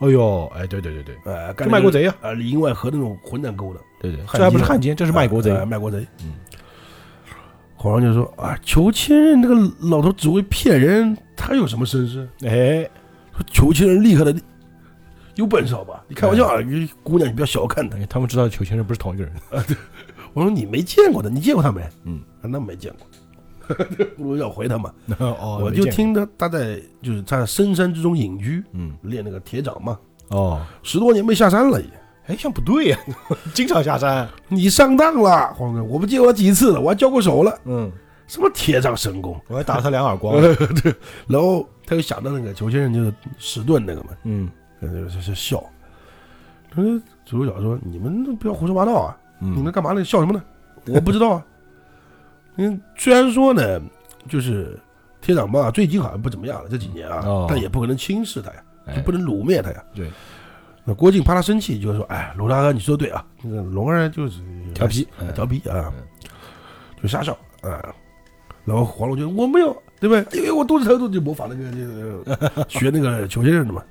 A: 哎呦，哎，对对对对，
B: 呃，
A: 这卖国贼呀。
B: 啊，里应外合的那种混蛋勾当。
A: 对对，
B: 汉
A: 这还不是
B: 奸
A: 汉奸，这是卖国贼。
B: 哎卖国贼。
A: 嗯，
B: 皇上就说啊，裘千仞这个老头只会骗人，他有什么身世？
A: 哎，
B: 说裘千仞厉害的，有本事好吧？你开玩笑
A: 哎
B: 啊，你姑娘你不要小看她。
A: 哎，他们知道裘先生不是同一个人，
B: 我说你没见过她，你见过她没？
A: 嗯，
B: 啊那没见过。 [LAUGHS] 我要回她嘛，
A: [LAUGHS] 哦
B: 我
A: 没
B: 就
A: 见过
B: 听她她在就是在深山之中隐居，
A: 嗯
B: 练那个铁掌嘛，
A: 哦，
B: 十多年没下山了也。
A: 哎，像不对呀、 [LAUGHS] 经常下山，
B: 你上当了，黄哥，我不见过几次了，我还交过手了，
A: 嗯，
B: 什么铁掌神功？
A: [LAUGHS] 我还打了他两耳
B: [LAUGHS]
A: 光，
B: 对，然后他又想到那个裘先生就是石盾那个嘛，
A: 嗯
B: 他就是笑。他说主角说：“你们都不要胡说八道啊！
A: 嗯，
B: 你们干嘛呢？笑什么呢？我不知道啊。 [LAUGHS] 嗯，虽然说呢，就是铁掌帮啊，最近好像不怎么样了，这几年啊，
A: 哦
B: 但也不可能轻视他呀，
A: 哎
B: 就不能辱灭他呀。
A: 对，
B: 那郭靖怕他生气，就说：‘哎，龙大哥，你说的对啊，那个龙二就是
A: 调皮，
B: 哎
A: 嗯
B: 调皮啊
A: 嗯，
B: 就傻笑啊。然后黄蓉就我没有，对不对？因为我肚子疼，肚子就模仿那个那个学那个裘先生的嘛。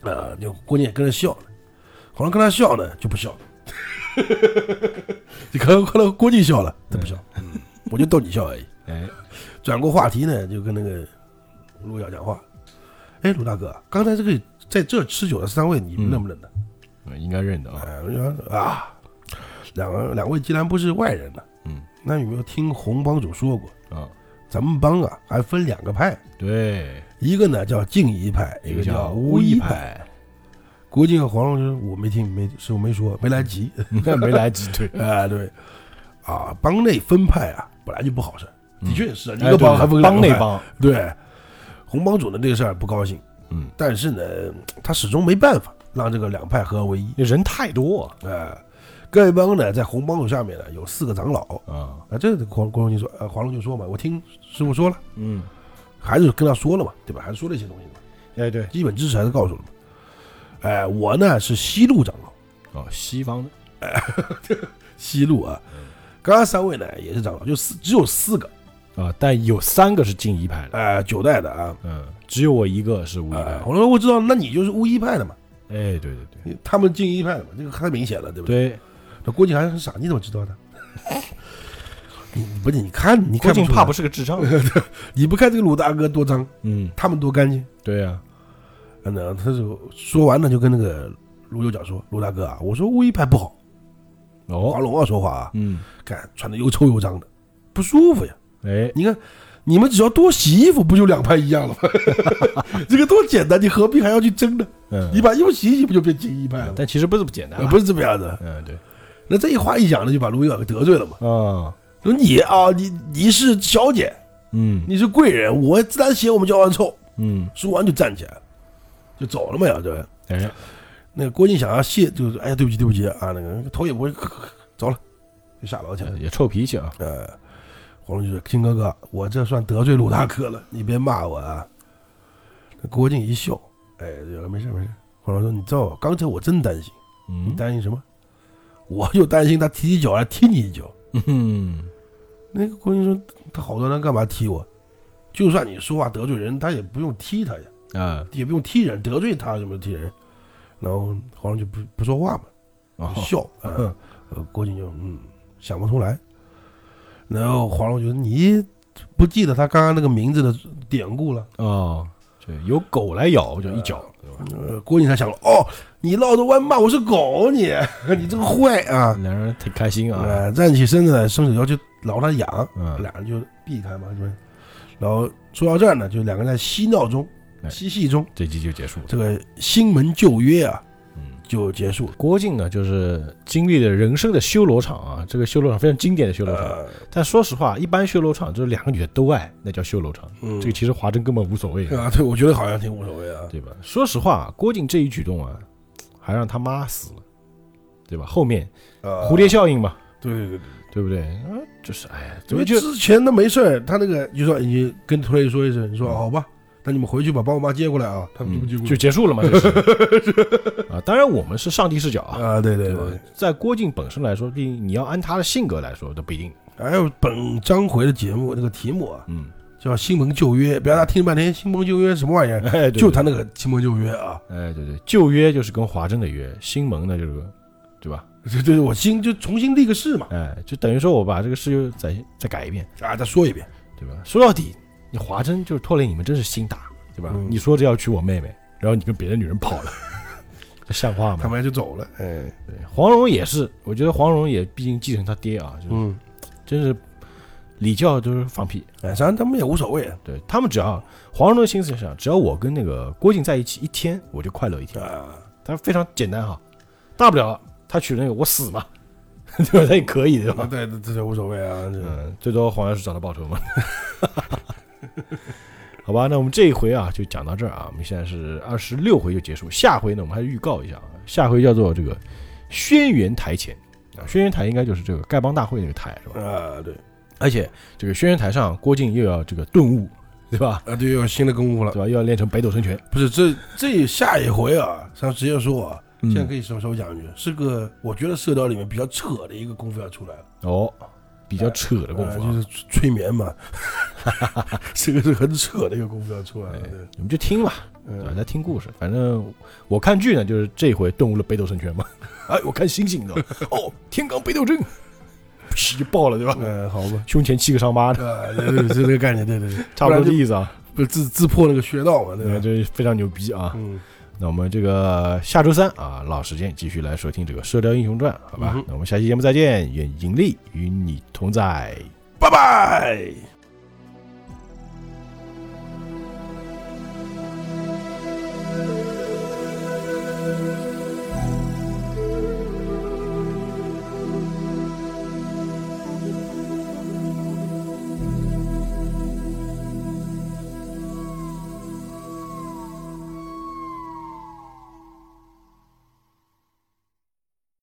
B: 啊，就郭靖也跟着笑了，黄蓉跟他笑呢就不笑了，你看看到郭靖笑了，他不笑，嗯我就逗你笑而已。
A: 哎，
B: 转过话题呢，就跟那个陆遥讲话，哎，卢大哥，刚才这个在这吃酒的三位，你们
A: 嗯
B: 认不认得？
A: 嗯应该认得啊，
B: 哎，我就说啊，两个两位既然不是外人了，
A: 嗯，
B: 那有没有听洪帮主说过，
A: 啊，
B: 咱们帮啊还分两个派，
A: 对，
B: 一个呢叫静怡派，一个叫巫医派。
A: 派， [LAUGHS]
B: 郭靖和黄蓉就说我没听，没是我没说，没来及。 [LAUGHS]
A: 那没来及，对，
B: 哎，对，啊，帮内分派啊本来就不好事儿，的确是啊，一
A: 哎
B: 个
A: 对
B: 帮还分两
A: 帮
B: 个
A: 那
B: 派
A: 帮，
B: 对，洪帮主的这个事儿不高兴，
A: 嗯，
B: 但是呢，他始终没办法让这个两派合二为一。
A: 那人太多啊
B: 哎，丐帮呢，在洪帮主下面呢有四个长老，
A: 啊，
B: 啊，这个黄黄蓉就说，呃，黄蓉就说嘛，我听师傅说了，
A: 嗯，
B: 还是跟他说了嘛，对吧？还是说了一些东西嘛，
A: 哎对，
B: 基本知识还是告诉了嘛。哎、我呢是西路长老，
A: 哦，西方的，
B: 西路啊，刚刚三位呢也是长老，就四只有四个，
A: 啊，但有三个是进一派的，
B: 哎、九代的啊。
A: 嗯，只有我一个是巫医
B: 哎
A: 派，
B: 黄蓉说我知道，那你就是巫医派的嘛，
A: 哎，对对对
B: 你他们进一派的嘛，这个太明显了，对不对？
A: 对，
B: 那郭靖还是很傻，你怎么知道的？ [LAUGHS] 你不是你看，你
A: 郭
B: 看
A: 靖
B: 出来
A: 怕不是个
B: [LAUGHS]
A: 智障，
B: 你不看这个鲁大哥多脏，
A: 嗯，
B: 他们多干净。
A: 对啊呀，
B: 嗯，那他就说完了，就跟那个卢有角说：“卢大哥啊，我说巫医派不好，
A: 哦
B: 黄，龙啊说话啊，
A: 嗯，
B: 看穿的又臭又脏的，不舒服呀。
A: 哎，
B: 你看，你们只要多洗衣服，不就两派一样了吗？这个多简单，你何必还要去争呢？
A: 嗯
B: 你，把衣服洗一洗，不就变精一派了吗？
A: 但其实不这么简单
B: 呃
A: 啊，
B: 不是这么样的。
A: 嗯，对，
B: 那这一话一讲呢，就把卢有角给得罪了嘛。
A: 啊，
B: 说你啊，你你是小姐，
A: 嗯
B: 你是贵人，我自然嫌我们交恶臭。
A: 嗯，
B: 说完就站起来了，就走了嘛呀，对吧？
A: 哎，
B: 那个郭靖想要谢，就是哎呀，对不起，对不起啊，那个头也不回，走了，就下楼去了。
A: 也臭脾气啊，
B: 呃，黄蓉就说：“金哥哥，我这算得罪鲁大哥了，你别骂我啊。”那郭靖一笑，哎，这个没事没事。黄蓉说：“你知道，刚才我真担心，你
A: 嗯，
B: 担心什么？我就担心他踢你一脚来踢你一脚。
A: 嗯，”
B: 那个郭靖说：“他好端端干嘛踢我？就算你说话得罪人，他也不用踢他呀。”
A: 啊，
B: 也不用踢人，得罪他什么踢人，然后皇上就不不说话嘛，
A: 哦
B: 就笑。啊呃，郭靖就嗯想不出来，然后皇上就说你不记得他刚刚那个名字的典故了？
A: 哦，对，有狗来咬我就一脚，
B: 呃，郭靖才想了，哦，你绕着弯骂我是狗，啊你呃你这个坏啊！
A: 两人挺开心啊，
B: 呃，站起身子来，伸手要去挠他痒，
A: 嗯，
B: 俩人就避开嘛，是不是？然后说到这儿呢，就两个人在嬉闹中、
A: 哎
B: 嬉戏中，
A: 这集就结束了，
B: 这个新门旧约啊
A: 嗯。
B: 就结束了。
A: 郭靖呢，就是经历了人生的修罗场啊，这个修罗场非常经典的修罗场。
B: 呃，
A: 但说实话，一般修罗场就是两个女的都爱，那叫修罗场。
B: 嗯
A: 这个其实华筝根本无所谓，
B: 啊，对，我觉得好像挺无所谓啊。
A: 对吧？说实话，郭靖这一举动啊，还让他妈死了，对吧？后面
B: 啊，
A: 蝴蝶，效应嘛，
B: 对对对对，
A: 对不对？啊，就是哎呀，怎
B: 因
A: 么
B: 为
A: 就
B: 之前他没事儿，他那个就说你跟托雷说一声，你说
A: 嗯
B: 好吧，那你们回去吧，把我妈接过来啊，他们就不接过
A: 就
B: 来
A: 结束了嘛？这是 [LAUGHS] 啊，当然我们是上帝视角啊，
B: 啊，对对
A: 吧
B: 对。？
A: 在郭靖本身来说，毕竟你要按他的性格来说都不一定。
B: 还有本章回的节目那个题目啊，
A: 嗯，
B: 叫《新盟旧约》，不要他听半天《新盟旧约》什么玩意儿，
A: 哎，对
B: [LAUGHS] 就他那个《新盟旧约》啊，
A: 哎，对对，旧约就是跟华筝的约，新盟呢就是个，对吧？
B: 对对，对我新就重新立个誓嘛，
A: 哎，就等于说我把这个事又再再改一遍，
B: 啊，再说一遍，
A: 对吧？说到底，你华筝就是拖累你们，真是心大，对吧？
B: 嗯
A: 你说这要娶我妹妹，然后你跟别的女人跑了， [LAUGHS] 这像话
B: 他
A: 吗？
B: 们就走了，哎，
A: 对，黄蓉也是，我觉得黄蓉也毕竟继承他爹啊，就是
B: 嗯，
A: 真是礼教都是放屁。
B: 哎，咱他们也无所谓
A: 对他们只要黄蓉的心思是这样，只要我跟那个郭靖在一起一天，我就快乐一天。
B: 啊，
A: 他非常简单哈，大不了他娶那个我死嘛， [LAUGHS] 对吧？他也可以对吧？
B: 对，这这无所谓啊，这
A: 嗯，最多黄药师找他报仇嘛。 [LAUGHS] 好吧，那我们这一回啊就讲到这儿啊，我们现在是二十六回就结束，下回呢我们还是预告一下啊，下回叫做这个轩辕台前啊，轩辕台应该就是这个丐帮大会那个台是吧？
B: 啊，对，
A: 而且这个轩辕台上郭靖又要这个顿悟，对吧？
B: 啊，对，又有新的功夫了
A: 对，吧？又要练成北斗神拳，
B: 不是这这下一回啊，咱直接说啊，现在可
A: 以
B: 以稍稍微讲一句，是个我觉得射雕里面比较扯的一个功夫要出来了，
A: 哦，比较扯的功夫
B: 啊
A: 啊
B: 就，是催催眠嘛， [LAUGHS] 这个是很扯的一个功夫要出来了，对，
A: 你们就听吧，哎对吧？
B: 嗯，
A: 在听故事，反正我看剧呢，就是这回顿悟了北斗神拳嘛。 [LAUGHS] 哎，我看星
B: [LAUGHS]
A: 星的，哦，天罡北斗阵，噗就爆了，对吧？
B: 嗯，好吧。 [LAUGHS]
A: 胸前七个伤疤的，
B: 啊，对对，是这个概念，对对对，
A: 差不多
B: 然就
A: 这意思啊。
B: [LAUGHS] 不是自自破那个穴道嘛，对
A: 对，
B: 吧？
A: 这非常牛逼啊！
B: 嗯，
A: 那我们这个下周三啊，老时间继续来收听这个《射雕英雄传》，好吧
B: 嗯哼？
A: 那我们下期节目再见，愿引力与你同在。
B: 拜拜。